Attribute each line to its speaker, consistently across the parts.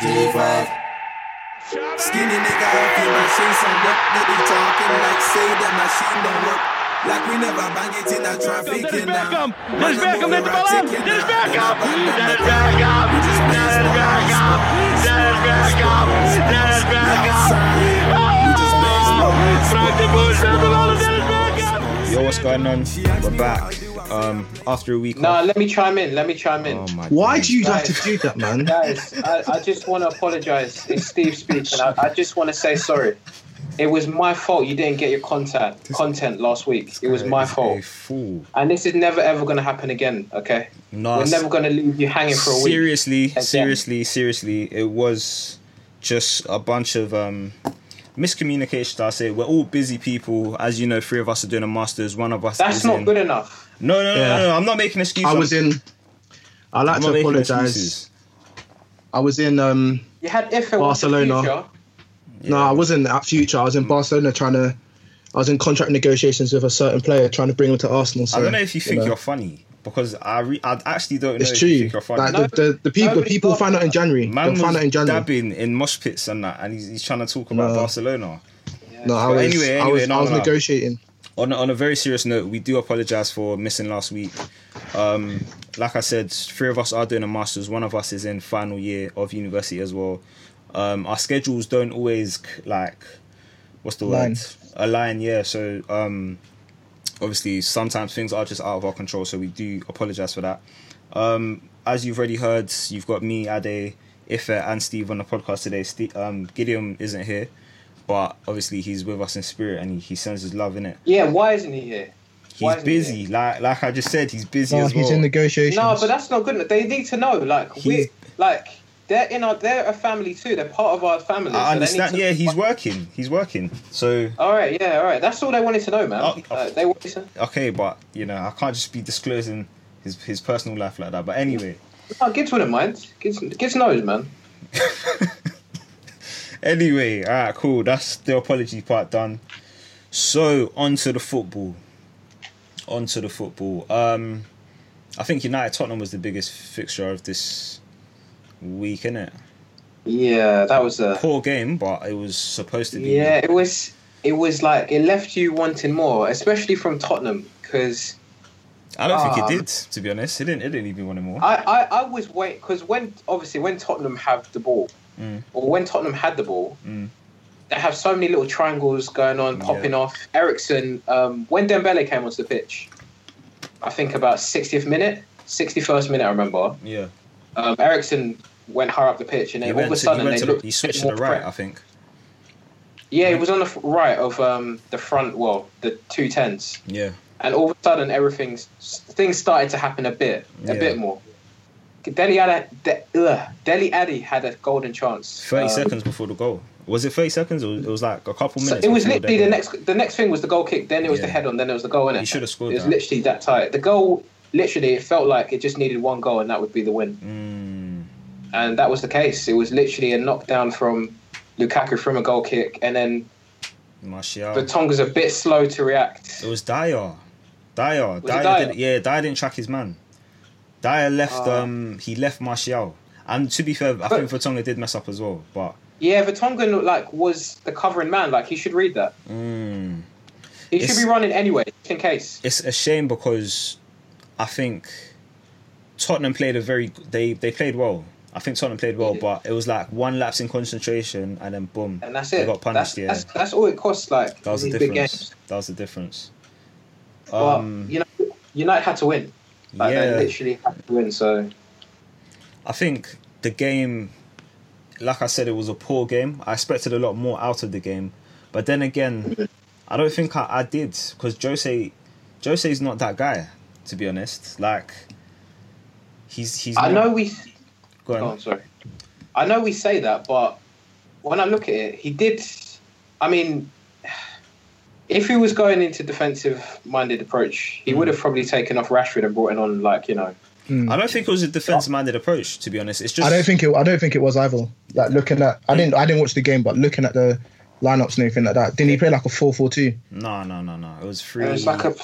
Speaker 1: G5. Skinny nigga off your machine, some work they be talking like say the machine don't work. Like we never bang it in a traffic
Speaker 2: Dennis
Speaker 1: in a-
Speaker 2: Bergkamp,
Speaker 1: Man,
Speaker 2: Dennis
Speaker 1: I'm
Speaker 2: Bergkamp,
Speaker 1: over
Speaker 2: let the
Speaker 1: a
Speaker 2: ball out.
Speaker 1: ticket
Speaker 2: Dennis
Speaker 1: now.
Speaker 2: Bergkamp.
Speaker 1: Never bang
Speaker 2: Dennis
Speaker 1: the ball.
Speaker 2: Bergkamp,
Speaker 1: We just
Speaker 2: Dennis
Speaker 1: play
Speaker 2: Bergkamp,
Speaker 1: small.
Speaker 2: Dennis Bergkamp, Dennis Bergkamp.
Speaker 1: Sorry, we just play small.
Speaker 2: Frank de Boer speelt de bal naar Dennis Bergkamp.
Speaker 3: Yo, what's going on? We're back. Um, after a week.
Speaker 4: No,
Speaker 3: off.
Speaker 4: let me chime in. Let me chime in.
Speaker 3: Oh my
Speaker 5: Why
Speaker 3: days.
Speaker 5: do you have
Speaker 4: Guys.
Speaker 5: to do that, man?
Speaker 4: Guys, I, I just want to apologize. It's Steve speaking. I, I just want to say sorry. It was my fault you didn't get your content content last week. It was my
Speaker 3: It's A
Speaker 4: fault.
Speaker 3: fool.
Speaker 4: And this is never ever going to happen again, okay?
Speaker 3: No,
Speaker 4: We're never going to leave you hanging for a week.
Speaker 3: seriously,
Speaker 4: Again.
Speaker 3: seriously, seriously, it was just a bunch of um, miscommunication. I say we're all busy people, as you know. Three of us are doing a masters. One of us
Speaker 4: That's
Speaker 3: is
Speaker 4: not
Speaker 3: in-
Speaker 4: good enough.
Speaker 3: No, no, no,
Speaker 5: Yeah.
Speaker 3: no, no, I'm not making excuses.
Speaker 5: I was in. I like
Speaker 3: I'm
Speaker 5: to
Speaker 3: not making
Speaker 5: apologise.
Speaker 3: excuses.
Speaker 5: I was in. Um,
Speaker 4: You had Ife
Speaker 5: Barcelona. No, I wasn't at Future. I was
Speaker 3: Mm.
Speaker 5: in Barcelona trying to. I was in contract negotiations with a certain player trying to bring him to Arsenal. So,
Speaker 3: I don't know if you think
Speaker 5: know.
Speaker 3: you're funny because I re- I actually don't know
Speaker 5: It's
Speaker 3: if
Speaker 5: true.
Speaker 3: you think you're funny.
Speaker 5: Like the, the, the people
Speaker 4: Nobody
Speaker 5: people
Speaker 4: thought
Speaker 5: find out in January.
Speaker 3: Man
Speaker 5: They'll
Speaker 3: was
Speaker 5: find out in January.
Speaker 3: dabbing in mosh pits and that, and he's, he's trying to talk about
Speaker 5: No.
Speaker 3: Barcelona.
Speaker 5: No, I was,
Speaker 3: But anyway,
Speaker 5: I
Speaker 3: anyway,
Speaker 5: was,
Speaker 3: no,
Speaker 5: I was
Speaker 3: no, no.
Speaker 5: negotiating.
Speaker 3: on on a very serious note, we do apologize for missing last week. Um, like I said, three of us are doing a masters. One of us is in final year of university as well. Um, our schedules don't always c- like what's the
Speaker 5: Line.
Speaker 3: word align. Yeah, so um, obviously sometimes things are just out of our control. So we do apologize for that. Um, as you've already heard, you've got me, Ade, Ife, and Steve on the podcast today. Ste um, Gideon isn't here, but obviously he's with us in spirit and he, he sends his love in it.
Speaker 4: Yeah, why isn't he here? Why
Speaker 3: He's
Speaker 4: isn't he
Speaker 3: busy, like like I just said, he's busy
Speaker 5: No,
Speaker 3: as well.
Speaker 5: Oh, he's in negotiations.
Speaker 4: No, but that's not good enough. They need to know. Like
Speaker 3: He's-
Speaker 4: we, like they're in our, they're a family too. They're part of our
Speaker 3: I
Speaker 4: family. so they need
Speaker 3: understand.
Speaker 4: to-
Speaker 3: Yeah, he's working. He's working. So
Speaker 4: All right, yeah, all right. That's all they wanted to know, man.
Speaker 3: Oh, oh.
Speaker 4: Like, they wanted to.
Speaker 3: okay, but you know, I can't just be disclosing his his personal life like that. But anyway,
Speaker 4: No, Gibbs Oh, wouldn't mind. Gibbs, Gibbs knows, man.
Speaker 3: anyway, all right, cool. That's the apology part done. So on to the football. On to the football. Um, I think United Tottenham was the biggest fixture of this week, innit?
Speaker 4: Yeah, that was a.
Speaker 3: Poor game, but it was supposed to be.
Speaker 4: Yeah, it was. It was like it left you wanting more, especially from Tottenham, because
Speaker 3: I don't think
Speaker 4: Um,
Speaker 3: it did. To be honest, it didn't. It didn't even want it more.
Speaker 4: I, I, I was waiting because when obviously when Tottenham have the ball,
Speaker 3: Mm.
Speaker 4: or when Tottenham had the ball,
Speaker 3: Mm.
Speaker 4: they have so many little triangles going on, popping off. Ericsson, um, when Dembele came onto the pitch, I think about 60th minute, 61st minute, I remember.
Speaker 3: yeah.
Speaker 4: Um, Ericsson went higher up the pitch, and
Speaker 3: He
Speaker 4: then all
Speaker 3: went
Speaker 4: of
Speaker 3: to,
Speaker 4: a
Speaker 3: he
Speaker 4: sudden
Speaker 3: went
Speaker 4: they
Speaker 3: to the,
Speaker 4: looked
Speaker 3: he
Speaker 4: a
Speaker 3: switched
Speaker 4: bit
Speaker 3: to the
Speaker 4: more
Speaker 3: right,
Speaker 4: threat-
Speaker 3: I think.
Speaker 4: Yeah, it was on the f- right of um, the front, well, the two tens.
Speaker 3: Yeah.
Speaker 4: and all of a sudden everything's things started to happen a bit a
Speaker 3: Yeah.
Speaker 4: bit more Deli Addy, De, ugh, Deli Addy had a golden chance.
Speaker 3: 30
Speaker 4: Um,
Speaker 3: seconds before the goal. Was it 30 seconds or it was like a couple
Speaker 4: So
Speaker 3: minutes?
Speaker 4: it was
Speaker 3: before
Speaker 4: literally
Speaker 3: that
Speaker 4: the
Speaker 3: goal?
Speaker 4: next. The next thing was the goal kick. Then it was the
Speaker 3: Yeah.
Speaker 4: head on. Then it was the goal. In it,
Speaker 3: You should have scored
Speaker 4: It was
Speaker 3: that.
Speaker 4: literally that tight. The goal, literally, it felt like it just needed one goal, and that would be the win.
Speaker 3: Mm,
Speaker 4: And that was the case. It was literally a knockdown from Lukaku from a goal kick, and then
Speaker 3: Martial.
Speaker 4: Vertonghen's a bit slow to react.
Speaker 3: it was Dyer. Dyer. Dyer,
Speaker 4: it Dyer?
Speaker 3: Didn't, yeah, Dyer didn't track his man. Dyer left,
Speaker 4: Ah.
Speaker 3: um, he left Martial. And to be fair, I think Vertonghen did mess up as well. But
Speaker 4: Yeah, Vertonghen like was the covering man. Like he should read that.
Speaker 3: mm,
Speaker 4: He
Speaker 3: It's-
Speaker 4: should be running anyway, just in case.
Speaker 3: it's a shame because I think Tottenham played a very they they played well. I think Tottenham played well,
Speaker 4: Yeah.
Speaker 3: but it was like one lapse in concentration and then boom,
Speaker 4: And that's
Speaker 3: they
Speaker 4: it.
Speaker 3: got
Speaker 4: that's,
Speaker 3: punished. yeah,
Speaker 4: that's, that's all it costs. Like
Speaker 3: That was the
Speaker 4: these big
Speaker 3: difference.
Speaker 4: games.
Speaker 3: That was the difference.
Speaker 4: But
Speaker 3: Um,
Speaker 4: you know, United had to win. Like,
Speaker 3: yeah,
Speaker 4: They literally had to win. So
Speaker 3: I think the game, like I said, it was a poor game. I expected a lot more out of the game, but then again, I don't think I, I did because Jose, Jose's not that guy. To be honest, like he's he's.
Speaker 4: I
Speaker 3: not-
Speaker 4: know we.
Speaker 3: Go on.
Speaker 4: Oh, I'm sorry. I know we say that, but when I look at it, he did. I mean, if he was going into defensive-minded approach, he would have probably taken off Rashford and brought in on like you know.
Speaker 3: I don't think it was a defense-minded approach. To be honest, it's just.
Speaker 5: I don't think it. I don't think it was either. Like looking at, I didn't. I didn't watch the game, but looking at the lineups and everything like that, didn't he play like a four-four-two
Speaker 3: No, no, no, no. It was three.
Speaker 4: It was like a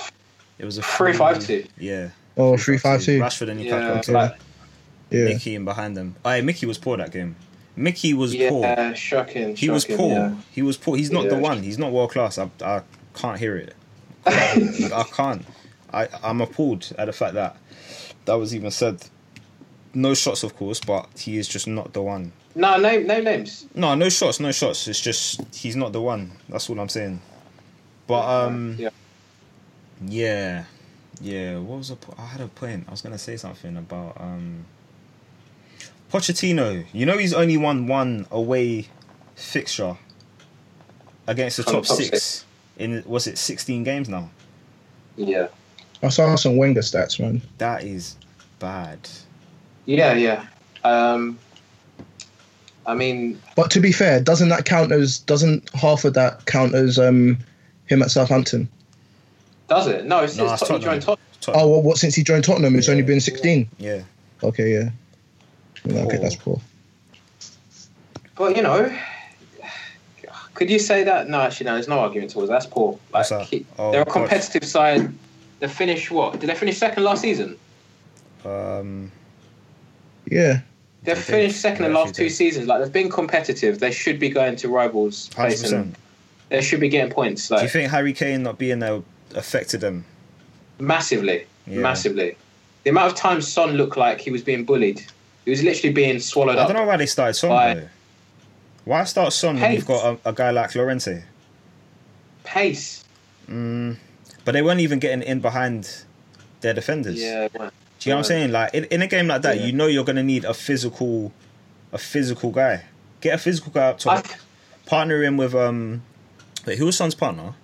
Speaker 3: it was a
Speaker 4: three, five, two.
Speaker 3: Yeah.
Speaker 5: or three-five-two?
Speaker 3: Rashford and Lukaku.
Speaker 4: yeah,
Speaker 3: on top.
Speaker 4: like,
Speaker 5: Yeah,
Speaker 3: Mickey in behind them. Oh, yeah, Mickey was poor that game. Mickey was
Speaker 4: yeah,
Speaker 3: poor.
Speaker 4: shocking.
Speaker 3: He was
Speaker 4: shocking,
Speaker 3: poor.
Speaker 4: yeah.
Speaker 3: He was poor. He's not the
Speaker 4: Yeah.
Speaker 3: one. He's not world class. I, I can't hear it. Like, I can't. I, I'm appalled at the fact that that was even said. No shots, of course, but he is just not the one.
Speaker 4: No, name no names.
Speaker 3: No, no shots, no shots. It's just he's not the one. That's all I'm saying. But um,
Speaker 4: Yeah.
Speaker 3: yeah, yeah. What was a po- I had a point. I was gonna say something about um, Pochettino. You know he's only won one away fixture against the
Speaker 4: From the
Speaker 3: top,
Speaker 4: top
Speaker 3: six,
Speaker 4: six.
Speaker 3: in was it 16 games now?
Speaker 4: Yeah.
Speaker 5: I saw some Wenger stats, man.
Speaker 3: That is bad.
Speaker 4: Yeah, yeah. Um, I mean,
Speaker 5: But to be fair, doesn't that count as? Doesn't half of that count as um him at Southampton?
Speaker 4: does it? No, it's,
Speaker 3: No,
Speaker 4: it's
Speaker 3: it's Tottenham.
Speaker 4: Tottenham. joined Tottenham.
Speaker 3: Tot-
Speaker 5: Oh, well, what since he joined Tottenham, it's
Speaker 3: Yeah.
Speaker 5: only been sixteen.
Speaker 3: Yeah,
Speaker 5: Okay, yeah. Yeah, Okay,
Speaker 3: Poor.
Speaker 5: that's poor.
Speaker 4: But you know, could you say that? No, actually, no. There's no argument towards that. that's poor. Like,
Speaker 3: What's that?
Speaker 4: he-
Speaker 3: Oh,
Speaker 4: they're a
Speaker 3: God.
Speaker 4: competitive side. They finished what? Did they finish second last season?
Speaker 3: um,
Speaker 5: Yeah,
Speaker 3: They
Speaker 4: They've
Speaker 3: did.
Speaker 4: finished second in the
Speaker 3: They
Speaker 4: last
Speaker 3: actually
Speaker 4: two
Speaker 3: did.
Speaker 4: seasons. Like they've been competitive. They should be going to rivals'
Speaker 3: hundred
Speaker 4: place and
Speaker 3: percent.
Speaker 4: they should be getting points.
Speaker 3: Do you
Speaker 4: Like
Speaker 3: think Harry Kane not being there affected him?
Speaker 4: massively,
Speaker 3: Yeah.
Speaker 4: massively. The amount of times Son looked like he was being bullied, he was literally being swallowed
Speaker 3: I
Speaker 4: up.
Speaker 3: don't know why they started Son
Speaker 4: Why?
Speaker 3: though. Why start Son when
Speaker 4: Pace.
Speaker 3: you've got a, a guy like Llorente?
Speaker 4: Pace.
Speaker 3: Mm, but they weren't even getting in behind their defenders.
Speaker 4: Yeah. man.
Speaker 3: Do you know what I'm saying? Like in, in a game like that,
Speaker 4: Yeah.
Speaker 3: you know you're gonna need a physical, a physical guy. Get a physical guy up
Speaker 4: I,
Speaker 3: top. Partner him with um, wait, who was Son's partner?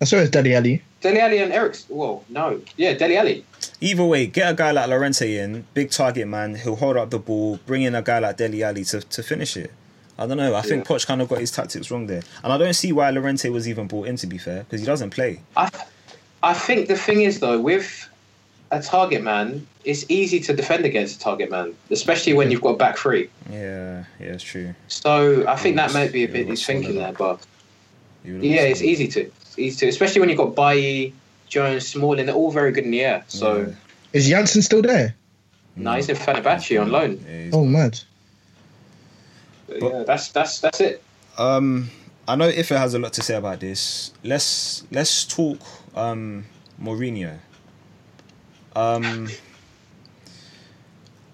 Speaker 5: I saw it's Daddy Ali.
Speaker 4: Deli Ali and Ericsson. Whoa, no. Yeah, Deli Ali.
Speaker 3: Either way, get a guy like Llorente in, big target man. He'll hold up the ball. Bring in a guy like Deli Ali to, to finish it. I don't know. I think
Speaker 4: Yeah.
Speaker 3: Poch kind of got his tactics wrong there, and I don't see why Llorente was even brought in. To be fair, because he doesn't play.
Speaker 4: I, I think the thing is though with a target man, it's easy to defend against a target man, especially when you've got back three.
Speaker 3: Yeah, yeah, it's true.
Speaker 4: So I think that
Speaker 3: Yes,
Speaker 4: might be a
Speaker 3: yeah,
Speaker 4: bit
Speaker 3: that's
Speaker 4: his thinking
Speaker 3: solid.
Speaker 4: there, but
Speaker 3: You would've
Speaker 4: yeah,
Speaker 3: lost
Speaker 4: it's e-
Speaker 3: them.
Speaker 4: easy to, it's easy to, especially when you've got Bailly, Jones, Smalling. They're all very good in the air. So
Speaker 3: Yeah.
Speaker 5: Is Janssen still there?
Speaker 4: no, he's in Fenerbahce on loan.
Speaker 3: Yeah, he's-
Speaker 5: Oh, mad.
Speaker 4: But yeah, that's that's that's it.
Speaker 3: Um, I know Ife has a lot to say about this. Let's let's talk um Mourinho. Um,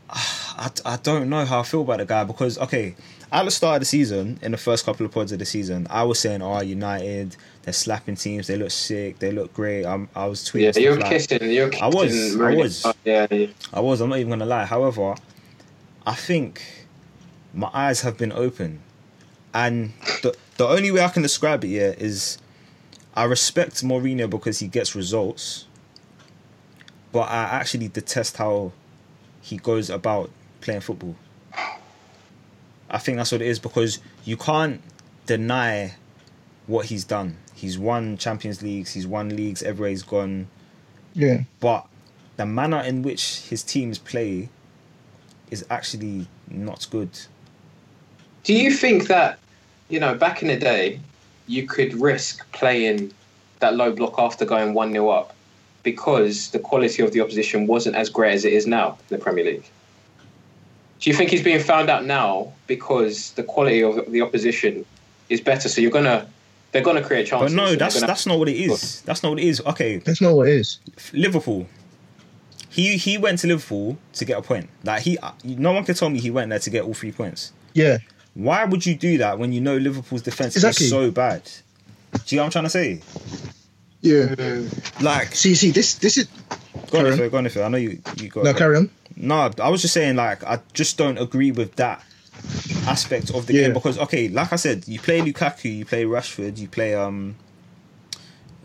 Speaker 3: I, I don't know how I feel about the guy because okay, at the start of the season, in the first couple of pods of the season, I was saying, "Oh, United, they're slapping teams. They look sick. They look great." I'm, I was tweeting.
Speaker 4: Yeah,
Speaker 3: stuff
Speaker 4: you're
Speaker 3: like-
Speaker 4: kissing. You're kissing.
Speaker 3: I was, I
Speaker 4: Mourinho. Oh,
Speaker 3: was.
Speaker 4: Yeah, yeah.
Speaker 3: I was. I'm not even gonna lie. However, I think my eyes have been open, and the the only way I can describe it yeah is I respect Mourinho because he gets results, but I actually detest how he goes about playing football. I think that's what it is because you can't deny what he's done. He's won Champions Leagues. He's won leagues everywhere he's gone
Speaker 5: Yeah,
Speaker 3: but the manner in which his teams play is actually not good.
Speaker 4: Do you think that, you know, back in the day, you could risk playing that low block after going 1 0 up because the quality of the opposition wasn't as great as it is now in the Premier League? Do you think he's being found out now because the quality of the opposition is better? So you're going to, they're going to create
Speaker 3: But
Speaker 4: chances.
Speaker 3: no,
Speaker 4: and
Speaker 3: that's
Speaker 4: they're gonna-
Speaker 3: that's not what it is. That's not what it is. Okay,
Speaker 5: that's not what it is.
Speaker 3: Liverpool. He he went to Liverpool to get a point. Like he, uh, no one can tell me he went there to get all three points.
Speaker 5: Yeah,
Speaker 3: Why would you do that when you know Liverpool's defense
Speaker 5: Exactly.
Speaker 3: is so bad? Do you know what I'm trying to say?
Speaker 5: yeah.
Speaker 3: Like,
Speaker 5: See, see, this, this is
Speaker 3: go on,
Speaker 5: Carry on.
Speaker 3: Ife, go on, Ife. I know you. you got
Speaker 5: no carry on.
Speaker 3: No, I was just saying like I just don't agree with that aspect of the
Speaker 5: Yeah.
Speaker 3: game because okay, like I said, you play Lukaku, you play Rashford, you play um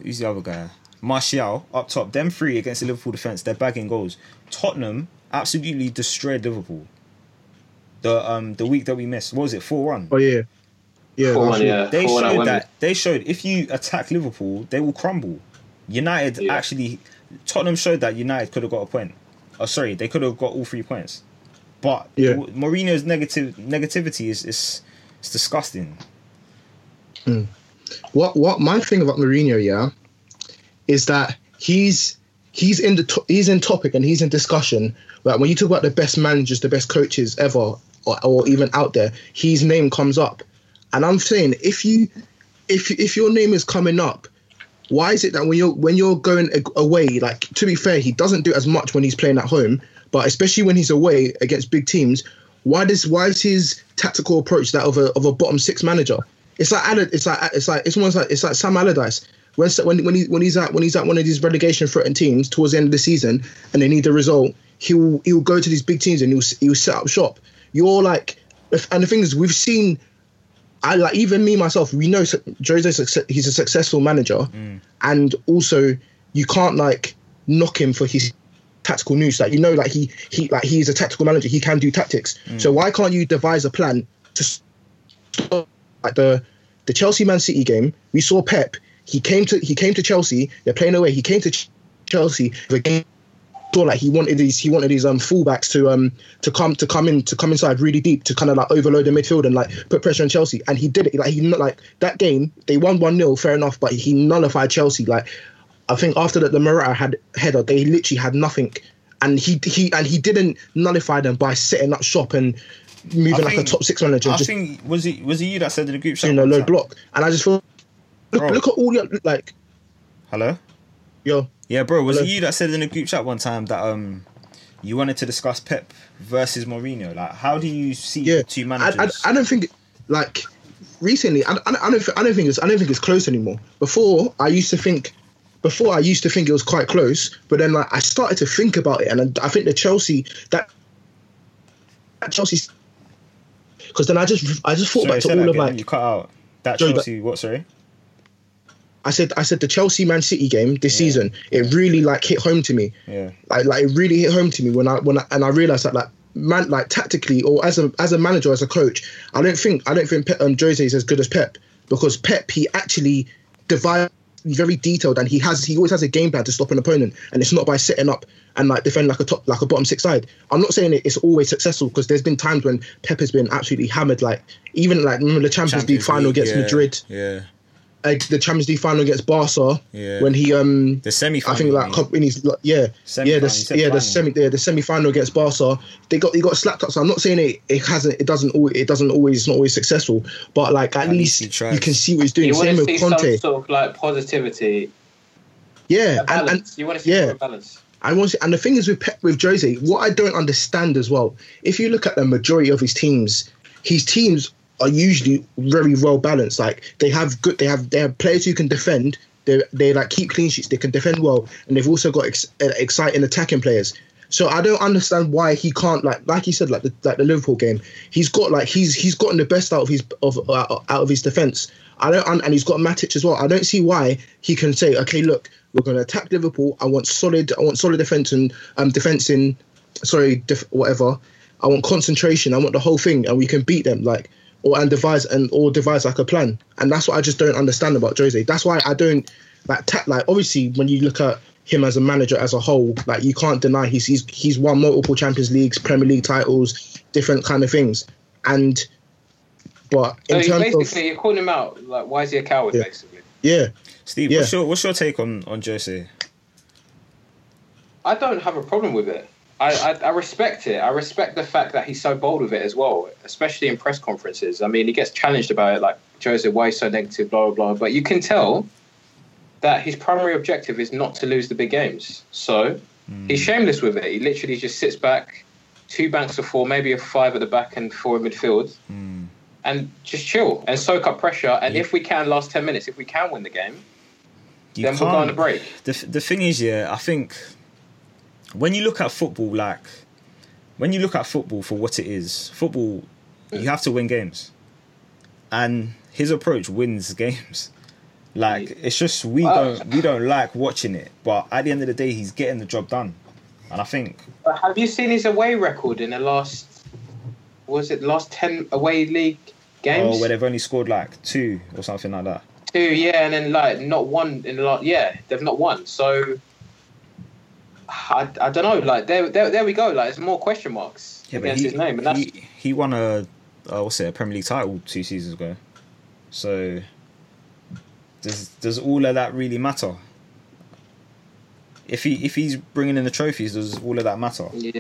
Speaker 3: who's the other guy? Martial up top. Them three against the Liverpool defense, they're bagging goals. Tottenham absolutely destroyed Liverpool. The um the week that we missed, what was it four one?
Speaker 5: Oh yeah, yeah.
Speaker 4: Four
Speaker 5: last
Speaker 4: one,
Speaker 5: week.
Speaker 4: yeah.
Speaker 3: They
Speaker 4: Four one at
Speaker 3: showed
Speaker 4: Wembley.
Speaker 3: that they showed if you attack Liverpool, they will crumble. United
Speaker 4: Yeah.
Speaker 3: actually, Tottenham showed that United could have got a point. Oh, sorry, they could have got all three points. But
Speaker 5: Yeah.
Speaker 3: w- Mourinho's negative negativity is is it's disgusting.
Speaker 5: What, what? My thing about Mourinho, yeah, is that he's he's in the to- he's in topic and he's in discussion. Like when you talk about the best managers, the best coaches ever or, or even out there, his name comes up, and I'm saying if you if if your name is coming up, why is it that when you're when you're going a- away, like to be fair, he doesn't do as much when he's playing at home, but especially when he's away against big teams, why does why is his tactical approach that of a of a bottom six manager? It's like Allard- it's like it's like it's almost like it's like Sam Allardyce. When, when when he when he's at when he's at one of these relegation threatened teams towards the end of the season and they need a result, he will he will go to these big teams and he'll s- he'll set up shop. You're like, if, and the thing is, we've seen I like even me myself. We know su- Jose's success, he's a successful manager, and also you can't like knock him for his tactical news. Like you know, like he he like he's a tactical manager. He can do tactics. So why can't you devise a plan to stop like the the Chelsea Man City game? We saw Pep. He came to he came to Chelsea. They're playing away. He came to Ch- Chelsea. The game saw like he wanted these he wanted these um fullbacks to um to come to come in to come inside really deep to kind of like overload the midfield and like put pressure on Chelsea and he did it like he nu- like that game they won one 0 fair enough but he nullified Chelsea like I think after that the Morata had header they literally had nothing and he he and he didn't nullify them by setting up shop and moving like
Speaker 3: think-
Speaker 5: a top six manager
Speaker 3: I
Speaker 5: just
Speaker 3: think was it was it you that said in the group chat?
Speaker 5: doing a
Speaker 3: one
Speaker 5: low
Speaker 3: time?
Speaker 5: block and I just feel look,
Speaker 3: Bro.
Speaker 5: look at all the like
Speaker 3: Hello.
Speaker 5: yo
Speaker 3: Yeah, bro. Was it
Speaker 5: Hello?
Speaker 3: you that said in the group chat one time that um you wanted to discuss Pep versus Mourinho? Like, how do you see
Speaker 5: yeah.
Speaker 3: the two
Speaker 5: I,
Speaker 3: managers?
Speaker 5: I, I don't think like recently. I, I, I don't. thi- I don't think it's. I don't think it's close anymore. Before I used to think. Before I used to think it was quite close, but then like I started to think about it, and I, I think the Chelsea that, that Chelsea. Because then I just I just thought
Speaker 3: sorry,
Speaker 5: back
Speaker 3: say
Speaker 5: to
Speaker 3: that
Speaker 5: all of
Speaker 3: again,
Speaker 5: like
Speaker 3: you cut out that
Speaker 5: Sorry, but-
Speaker 3: Chelsea. What? Sorry.
Speaker 5: I said I said the Chelsea Man City game this season. It really like hit home to me.
Speaker 3: Yeah.
Speaker 5: like like it really hit home to me when I when I, and I realized that like man like tactically or as a as a manager as a coach, I don't think I don't think Pep, um, Jose is as good as Pep because Pep he actually divides very detailed and he has he always has a game plan to stop an opponent and it's not by setting up and like defend like a top like a bottom six side. I'm not saying it- it's always successful because there's been times when Pep has been absolutely hammered like even like remember the Champions, League final against
Speaker 3: yeah,
Speaker 5: Madrid,
Speaker 3: Yeah.
Speaker 5: uh, the Champions League final against Barca
Speaker 3: Yeah.
Speaker 5: when he um
Speaker 3: The semi.
Speaker 5: I think like cup in his like, yeah
Speaker 3: Semi-final,
Speaker 5: yeah
Speaker 3: you
Speaker 5: the,
Speaker 3: said
Speaker 5: yeah the
Speaker 3: final.
Speaker 5: semi yeah, the semi final against Barca they got he got slapped up so I'm not saying it it hasn't it doesn't always it doesn't always it's not always successful but like at,
Speaker 3: least
Speaker 5: least,
Speaker 3: he tries.
Speaker 5: you can see what he's doing
Speaker 4: You want
Speaker 5: same
Speaker 4: to
Speaker 5: with
Speaker 4: see
Speaker 5: Conte
Speaker 4: some sort of like positivity, a
Speaker 5: yeah and,
Speaker 4: balance.
Speaker 5: and
Speaker 4: you want to see
Speaker 5: yeah.
Speaker 4: more balance.
Speaker 5: I want to, and the thing is with Pep, with Jose, what I don't understand as well, if you look at the majority of his teams, his teams are usually very well balanced. Like they have good, they have they have players who can defend. They they like keep clean sheets. They can defend well, and they've also got ex, uh, exciting attacking players. So I don't understand why he can't like like he said like the like the Liverpool game. He's got like he's he's gotten the best out of his of uh, out of his defense. I don't and, and he's got Matic as well. I don't see why he can say okay look we're going to attack Liverpool. I want solid I want solid defense and um defense in sorry def, whatever. I want concentration. I want the whole thing and we can beat them like or and devise and or devise like a plan. And that's what I just don't understand about Jose. That's why I don't like ta- like obviously when you look at him as a manager as a whole, like you can't deny he's he's he's won multiple Champions Leagues, Premier League titles, different kind of things. And but
Speaker 4: So
Speaker 5: in
Speaker 4: you
Speaker 5: terms
Speaker 4: basically,
Speaker 5: of
Speaker 4: you're calling him out. Like, why is he a coward?
Speaker 5: Yeah.
Speaker 4: Basically,
Speaker 5: yeah,
Speaker 3: Steve,
Speaker 5: Yeah.
Speaker 3: what's your what's your take on on Jose?
Speaker 4: I don't have a problem with it. I, I, I respect it. I respect the fact that he's so bold with it as well, especially in press conferences. I mean, he gets challenged about it, like Jose, why you so negative, blah blah blah. But you can tell that his primary objective is not to lose the big games. So he's shameless with it. He literally just sits back, two banks of four, maybe a five at the back and four in midfield, and just chill and soak up pressure. And if we can, last ten minutes, if we can win the game,
Speaker 3: You
Speaker 4: then we'll go on a
Speaker 3: can't-
Speaker 4: break.
Speaker 3: the the thing is, yeah, I think when you look at football, like when you look at football for what it is, football, you have to win games, and his approach wins games. Like it's just we
Speaker 4: Well-
Speaker 3: don't we don't like watching it, but at the end of the day, he's getting the job done, and I think
Speaker 4: But have you seen his away record in the last? Was it last ten away league games?
Speaker 3: oh, where they've only scored like two or something like that.
Speaker 4: Two, yeah, and then like not one in the last. Yeah, they've not won. So I, I don't know. Like there, there, there we go. Like there's more question marks against
Speaker 3: he,
Speaker 4: his name, and that's
Speaker 3: he he won a uh, what's it a Premier League title two seasons ago, so does does all of that really matter? If he if he's bringing in the trophies, does all of that matter?
Speaker 4: yeah.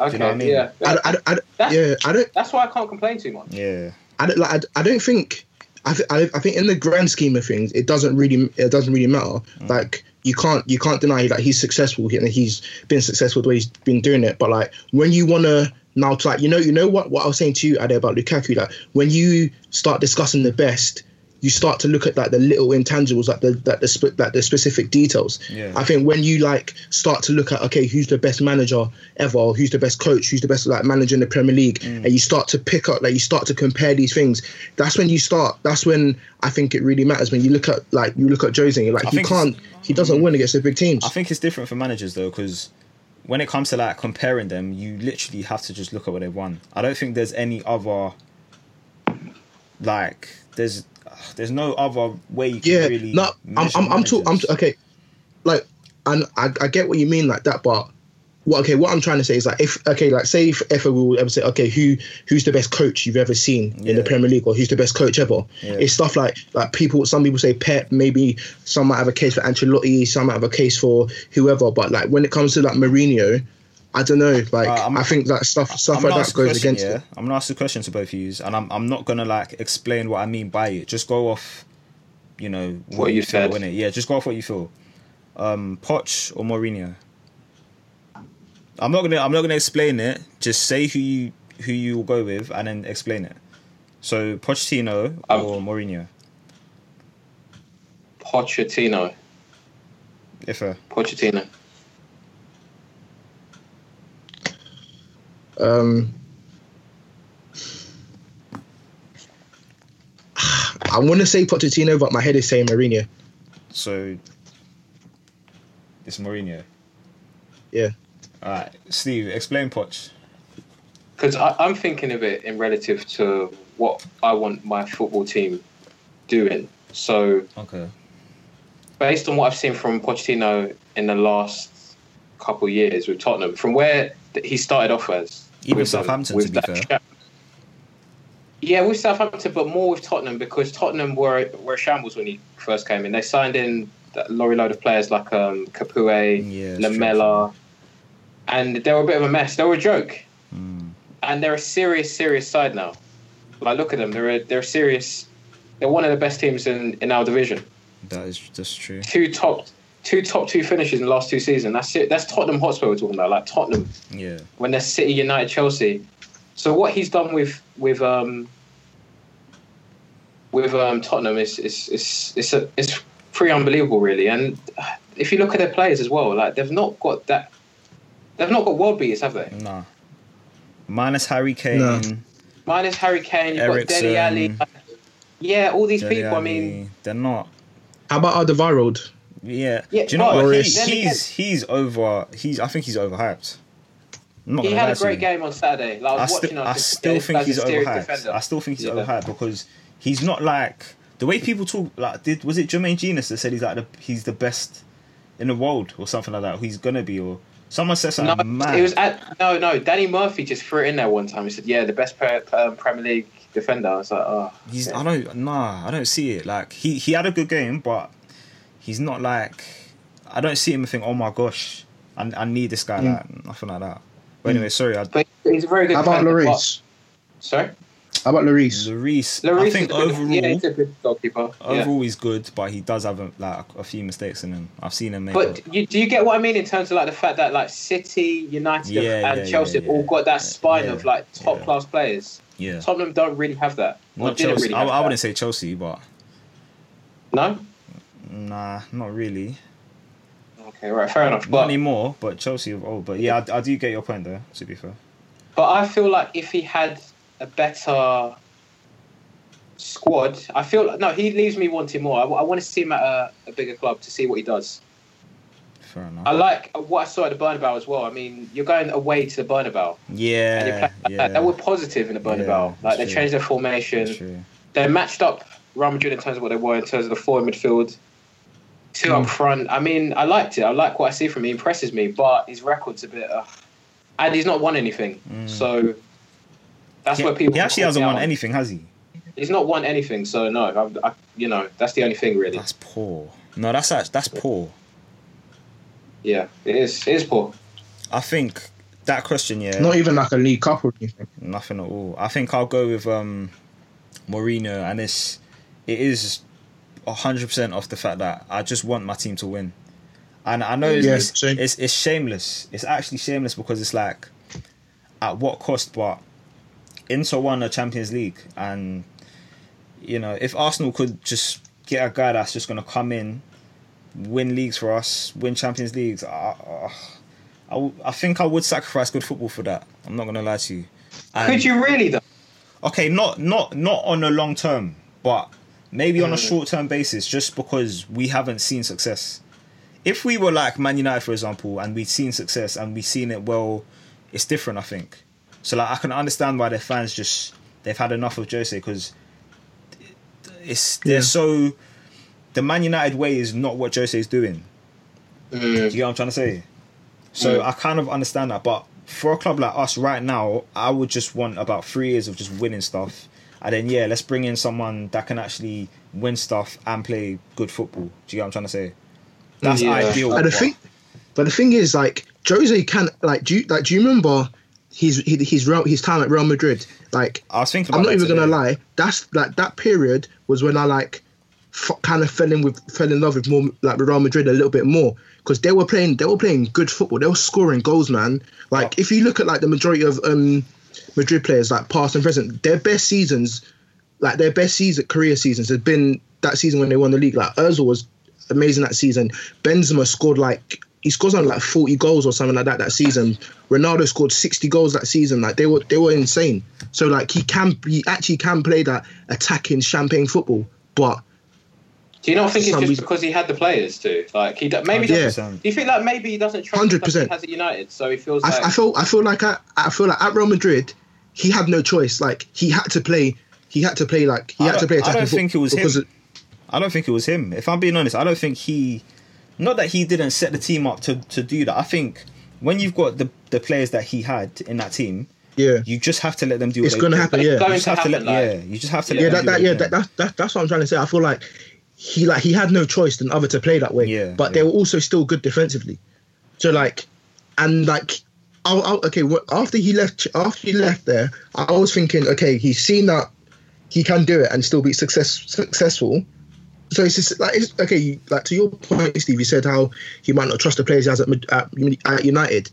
Speaker 4: Okay.
Speaker 3: you know what I mean?
Speaker 4: Yeah.
Speaker 5: I, I, I,
Speaker 4: That-
Speaker 5: yeah, I don't,
Speaker 4: That's why I can't complain too much.
Speaker 3: Yeah.
Speaker 5: I don't, like, I, I don't think, I, th- I, I think in the grand scheme of things, it doesn't really, it doesn't really matter. Like you can't, you can't deny that he's successful and he's been successful the way he's been doing it. But like when you wanna now, to, like you know, you know what, what I was saying to you Ade about Lukaku, like when you start discussing the best. You start to look at like the little intangibles, like the that the spe- like the specific details.
Speaker 3: Yeah.
Speaker 5: I think when you like start to look at okay, who's the best manager ever, or who's the best coach, who's the best like manager in the Premier League,
Speaker 3: Mm.
Speaker 5: and you start to pick up, like you start to compare these things. That's when you start. That's when I think it really matters. When you look at like you look at Jose, and you're like
Speaker 3: I
Speaker 5: he
Speaker 3: think it's- Mm.
Speaker 5: can't, he doesn't win against the big teams.
Speaker 3: I think it's different for managers though, because when it comes to like comparing them, you literally have to just look at what they've won. I don't think there's any other like there's there's no other way you can
Speaker 5: yeah,
Speaker 3: really.
Speaker 5: no, I'm
Speaker 3: measure
Speaker 5: I'm I'm, too, I'm
Speaker 3: managers.
Speaker 5: too, okay. Like, and I, I get what you mean like that, but well, okay, what I'm trying to say is like if okay, like say if, if we would ever say okay, who who's the best coach you've ever seen in
Speaker 3: Yeah.
Speaker 5: the Premier League or who's the best coach ever?
Speaker 3: Yeah.
Speaker 5: It's stuff like like people. Some people say Pep, maybe some might have a case for Ancelotti, some might have a case for whoever. But like when it comes to like Mourinho. I don't know. Like,
Speaker 3: Uh, I'm-
Speaker 5: I think that stuff stuff
Speaker 3: I'm
Speaker 5: like
Speaker 3: gonna
Speaker 5: that
Speaker 3: ask a
Speaker 5: goes
Speaker 3: question,
Speaker 5: against
Speaker 3: yeah?
Speaker 5: it.
Speaker 3: I'm gonna ask a question to both of you, and I'm I'm not gonna like explain what I mean by it. Just go off, you know, what,
Speaker 4: you said.
Speaker 3: feel, innit? Yeah, just go off what you feel. Um, Poch or Mourinho. I'm not gonna I'm not gonna explain it. Just say who you who you will go with, and then explain it. So Pochettino
Speaker 4: Um,
Speaker 3: or Mourinho,
Speaker 4: Pochettino.
Speaker 3: if uh,
Speaker 4: Pochettino.
Speaker 5: Um, I want to say Pochettino, but my head is saying Mourinho.
Speaker 3: so it's Mourinho.
Speaker 5: Yeah.
Speaker 3: All right, Steve, explain Poch.
Speaker 4: Because I'm thinking of it in relative to what I want my football team doing. So
Speaker 3: Okay.
Speaker 4: based on what I've seen from Pochettino in the last couple of years with Tottenham, from where th- he started off as
Speaker 3: Even
Speaker 4: with them,
Speaker 3: Southampton,
Speaker 4: with
Speaker 3: to be
Speaker 4: that
Speaker 3: fair.
Speaker 4: sha- yeah, with Southampton, but more with Tottenham because Tottenham were were a shambles when he first came in. They signed in a lorry load of players like um, Kapue,
Speaker 3: Yeah, it's
Speaker 4: Lamella, and they were a bit of a mess. They were a joke,
Speaker 3: Mm.
Speaker 4: and they're a serious, serious side now. Like, look at them; they're a, they're a serious. They're one of the best teams in, in our division
Speaker 3: That is that's true.
Speaker 4: two top two top two finishes in the last two seasons. That's it. That's Tottenham Hotspur we're talking about, like Tottenham
Speaker 3: Yeah.
Speaker 4: when they're City, United, Chelsea. So what he's done with with um with um Tottenham is is is it's a, it's pretty unbelievable really. And if you look at their players as well, like they've not got that. They've not got world beaters, have they?
Speaker 3: Nah. Minus Harry Kane.
Speaker 5: No.
Speaker 4: Minus Harry Kane, you've got Deli Ali.
Speaker 3: Eriksen.
Speaker 4: Yeah, all these
Speaker 3: Dele
Speaker 4: people. I
Speaker 3: Alli,
Speaker 4: mean,
Speaker 3: they're not.
Speaker 5: How about Alderweireld?
Speaker 3: Yeah.
Speaker 4: Yeah,
Speaker 3: Do you know
Speaker 4: but
Speaker 3: what? He,
Speaker 5: Lloris.
Speaker 4: then again-
Speaker 3: he's he's over. He's. I think he's overhyped. I'm not
Speaker 4: he
Speaker 3: gonna
Speaker 4: had
Speaker 3: lie
Speaker 4: a
Speaker 3: to
Speaker 4: great
Speaker 3: you.
Speaker 4: game on Saturday. Like, I
Speaker 3: I,
Speaker 4: was
Speaker 3: sti-
Speaker 4: watching.
Speaker 3: I
Speaker 4: was just-
Speaker 3: still
Speaker 4: this
Speaker 3: think
Speaker 4: guy's a
Speaker 3: he's
Speaker 4: serious
Speaker 3: overhyped.
Speaker 4: defender.
Speaker 3: I still think he's
Speaker 4: Yeah.
Speaker 3: overhyped because he's not like the way people talk. Like, did was it Jermaine Genius that said he's like the he's the best in the world or something like that? Who he's gonna be or someone said
Speaker 4: No,
Speaker 3: something mad.
Speaker 4: it was at no, no. Danny Murphy just threw it in there one time. He said, "Yeah, the best pre- um, Premier League defender." I was like, "Oh,
Speaker 3: He's
Speaker 4: okay.
Speaker 3: I don't nah I don't see it like he he had a good game but he's not like I don't see him and think oh my gosh I, I need this guy like nothing like that but anyway sorry I,
Speaker 4: Mm. but he's a very good."
Speaker 5: How about
Speaker 4: defender, but-
Speaker 5: Lloris?
Speaker 4: Sorry,
Speaker 5: How about Lloris?
Speaker 3: Lloris,
Speaker 4: Lloris
Speaker 3: I
Speaker 4: is
Speaker 3: think
Speaker 4: a good-
Speaker 3: overall
Speaker 4: yeah, he's a good goalkeeper. yeah.
Speaker 3: overall he's good but he does have a, like a few mistakes in him I've seen him make
Speaker 4: But
Speaker 3: a-
Speaker 4: you, do you get what I mean in terms of like the fact that like City, United,
Speaker 3: Yeah, yeah,
Speaker 4: and
Speaker 3: yeah,
Speaker 4: Chelsea have
Speaker 3: yeah,
Speaker 4: all got that spine
Speaker 3: yeah,
Speaker 4: of like top
Speaker 3: yeah.
Speaker 4: class players?
Speaker 3: yeah
Speaker 4: Tottenham don't really have that. Or
Speaker 3: not
Speaker 4: didn't
Speaker 3: Chelsea
Speaker 4: really
Speaker 3: I,
Speaker 4: have
Speaker 3: I
Speaker 4: that.
Speaker 3: wouldn't say Chelsea but
Speaker 4: No.
Speaker 3: nah not really
Speaker 4: Okay, right, fair enough.
Speaker 3: not
Speaker 4: But
Speaker 3: anymore but Chelsea of old but yeah I, I do get your point though to be fair
Speaker 4: But I feel like if he had a better squad, I feel like no, he leaves me wanting more. I, want to see him at a, a bigger club to see what he does.
Speaker 3: fair enough
Speaker 4: I like what I saw at the Bernabeu as well. I mean, you're going away to the Bernabeu. And you're
Speaker 3: yeah
Speaker 4: playing like
Speaker 3: yeah
Speaker 4: that. They were positive in the Bernabeu.
Speaker 3: Yeah,
Speaker 4: like they
Speaker 3: true.
Speaker 4: changed their
Speaker 3: That's
Speaker 4: formation.
Speaker 3: true.
Speaker 4: They matched up Real Madrid in terms of what they were in terms of the four in midfield, two
Speaker 3: Hmm.
Speaker 4: up front. I mean, I liked it. I like what I see from him. He impresses me, but his record's a bit, uh, and he's not won anything. So. That's
Speaker 3: Hmm. He-
Speaker 4: where people
Speaker 3: he actually
Speaker 4: call
Speaker 3: hasn't
Speaker 4: me out
Speaker 3: won
Speaker 4: on.
Speaker 3: anything has he
Speaker 4: He's not won anything, so no. I've, I, you know, that's the only thing really.
Speaker 3: That's poor. No, that's act- that's poor.
Speaker 4: Yeah, it is. It is poor.
Speaker 3: I think that question, yeah,
Speaker 5: Not even like a League Cup or anything.
Speaker 3: nothing at all. I think I'll go with um, Mourinho, and it's it is hundred percent off the fact that I just want my team to win, and I know it's,
Speaker 5: Yeah,
Speaker 3: it's,
Speaker 5: same.
Speaker 3: it's it's shameless. It's actually shameless because it's like, at what cost? But Inter won the Champions League, and you know if Arsenal could just get a guy that's just gonna come in, win leagues for us, win Champions Leagues. I, I, I w- I think I would sacrifice good football for that. I'm not gonna lie to you. And-
Speaker 4: Could you really though?
Speaker 3: okay, not not not on a long term, but maybe on a short term basis, just because we haven't seen success. If we were like Man United, for example, and we'd seen success and we'd seen it well, it's different, I think. So like, I can understand why their fans just they've had enough of Jose because it's they're
Speaker 5: Yeah.
Speaker 3: so the Man United way is not what Jose is doing. Do you know what I'm trying to say? So I kind of understand that, but for a club like us right now, I would just want about three years of just winning stuff, and then yeah, let's bring in someone that can actually win stuff and play good football. Do you know what I'm trying to say? That's
Speaker 4: Yeah.
Speaker 3: ideal.
Speaker 5: But the
Speaker 3: but-
Speaker 5: thing, but the thing is, like Jose can, like, do you, like, do you remember his he, his real his time at Real Madrid? Like,
Speaker 3: I was thinking. About
Speaker 5: I'm not
Speaker 3: that
Speaker 5: even gonna
Speaker 3: today.
Speaker 5: lie. That's like that period was when I like f- kind of fell in with fell in love with more like with Real Madrid a little bit more because they were playing they were playing good football. They were scoring goals, man. Like if you look at like the majority of um Madrid players, like past and present, their best seasons, like their best season, career seasons, has been that season when they won the league. Like Özil was amazing that season. Benzema scored like he scores on like 40 goals or something like that that season. Ronaldo scored 60 goals that season. Like they were they were insane. So like he can he actually can play that attacking champagne football, but
Speaker 4: Do you not think it's
Speaker 5: Some
Speaker 4: just
Speaker 5: reason-
Speaker 4: because he had the players to? Like he do- maybe he
Speaker 5: Yeah.
Speaker 4: doesn't. Do you think like maybe he doesn't trust
Speaker 5: 100%.
Speaker 4: he has at United, so he feels
Speaker 5: I,
Speaker 4: like
Speaker 5: I feel I feel like I, I feel like at Real Madrid, he had no choice. Like he had to play. He had to play like he
Speaker 3: I
Speaker 5: had to
Speaker 3: don't-
Speaker 5: play
Speaker 3: I
Speaker 5: attacking
Speaker 3: don't
Speaker 5: foot-
Speaker 3: think it was him.
Speaker 5: because of-
Speaker 3: I don't think it was him. If I'm being honest, I don't think he. Not that he didn't set the team up to, to do that. I think when you've got the the players that he had in that team,
Speaker 5: yeah,
Speaker 3: you just have to let them do. What
Speaker 5: it's
Speaker 3: they
Speaker 5: gonna
Speaker 3: do.
Speaker 5: happen.
Speaker 4: It's
Speaker 5: Yeah,
Speaker 3: You
Speaker 4: going
Speaker 3: just
Speaker 4: to
Speaker 3: have to
Speaker 4: happen.
Speaker 3: let,
Speaker 4: like,
Speaker 3: yeah, you just have to
Speaker 4: Yeah,
Speaker 3: let
Speaker 5: yeah,
Speaker 3: them
Speaker 5: that,
Speaker 3: do what
Speaker 5: that
Speaker 3: they can.
Speaker 5: yeah, that, that's that's that's what I'm trying to say. I feel like he like he had no choice than other to play that way.
Speaker 3: Yeah,
Speaker 5: but they
Speaker 3: yeah.
Speaker 5: were also still good defensively. So like, and like, I, I, okay, wh- after he left, after he left there, I was thinking, okay, he's seen that he can do it and still be success successful. So it's just like it's, okay, like to your point, Steve. You said how he might not trust the players he has at, Mad- at, at United.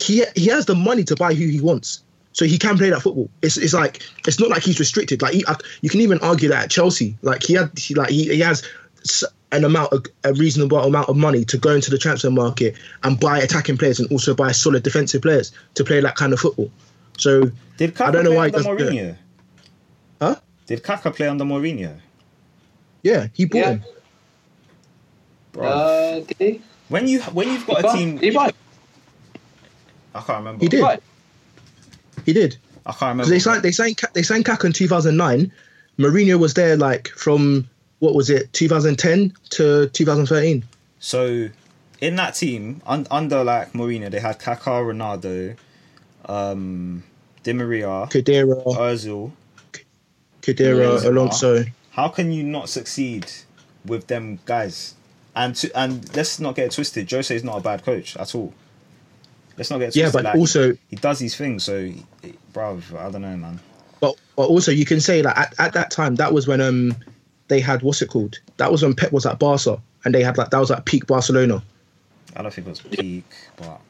Speaker 5: He he has the money to buy who he wants, so he can play that football. It's it's like it's not like he's restricted. Like he, I, you can even argue that at Chelsea, like he had he, like he, he has s- an amount of, a reasonable amount of money to go into the transfer market and buy attacking players and also buy solid defensive players to play that kind of football. So
Speaker 3: Did Kaka
Speaker 5: I don't know
Speaker 3: play
Speaker 5: why he
Speaker 3: under
Speaker 5: doesn't do it.
Speaker 3: Mourinho?
Speaker 5: Huh?
Speaker 3: Did Kaka play under Mourinho?
Speaker 5: yeah, he bought
Speaker 4: Yeah.
Speaker 5: him.
Speaker 3: Bro,
Speaker 4: Uh, did he?
Speaker 3: when you when you've got a
Speaker 4: But-
Speaker 3: team,
Speaker 4: he might.
Speaker 3: I can't remember.
Speaker 5: He did.
Speaker 4: Right.
Speaker 5: He did.
Speaker 3: I can't remember.
Speaker 5: Because they signed, they signed, Ka- they signed Kaká in 2009. Mourinho was there like from what was it, 2010 to 2013.
Speaker 3: So in that team, un- under like Mourinho, they had Kaka, Ronaldo, um, Di Maria,
Speaker 5: Kadira,
Speaker 3: Özil.
Speaker 5: Kadira,
Speaker 3: Benzema.
Speaker 5: Alonso.
Speaker 3: How can you not succeed with them guys? And to, and let's not get it twisted. Jose is not a bad coach at all. Let's not get it twisted.
Speaker 5: Yeah, but
Speaker 3: like,
Speaker 5: also,
Speaker 3: he does these things. So, bruv, I don't know, man.
Speaker 5: but, but also you can say that at, at that time that was when um they had what's it called? That was when Pep was at Barca and they had like that was like peak Barcelona.
Speaker 3: I don't think it was peak, but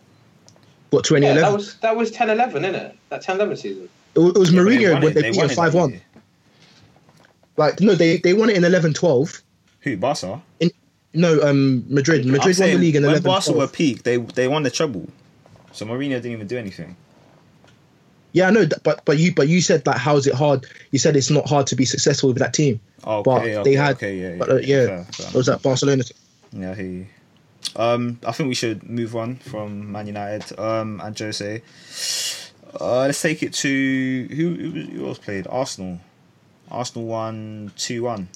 Speaker 5: What
Speaker 4: Yeah,
Speaker 5: 2011?
Speaker 4: that was that was 10-11, isn't it? That 10-11 season.
Speaker 5: it was, it was
Speaker 3: Yeah, but
Speaker 5: Mourinho
Speaker 3: won
Speaker 5: when
Speaker 3: it-
Speaker 5: they, beat
Speaker 3: won
Speaker 5: them
Speaker 3: it that
Speaker 5: 5 1.
Speaker 3: year.
Speaker 5: Like no, they they won it in 11-12.
Speaker 3: Who Barca?
Speaker 5: No, um Madrid.
Speaker 3: I'm
Speaker 5: Madrid won the
Speaker 3: saying
Speaker 5: league in
Speaker 3: when
Speaker 5: 11
Speaker 3: Barca were peak, they they won the treble. So Mourinho didn't even do anything.
Speaker 5: Yeah, I know, th- but but you but you said like how's it hard? You said it's not hard to be successful with that team.
Speaker 3: Oh, okay,
Speaker 5: But
Speaker 3: okay,
Speaker 5: they had,
Speaker 3: okay, yeah, yeah,
Speaker 5: but uh,
Speaker 3: yeah,
Speaker 5: yeah,
Speaker 3: fair, fair.
Speaker 5: it was that Barcelona. team.
Speaker 3: Yeah, I hear you. Um, I think we should move on from Man United um, and Jose. Uh, let's take it to who, who, was- who else played? Arsenal. Arsenal won two one.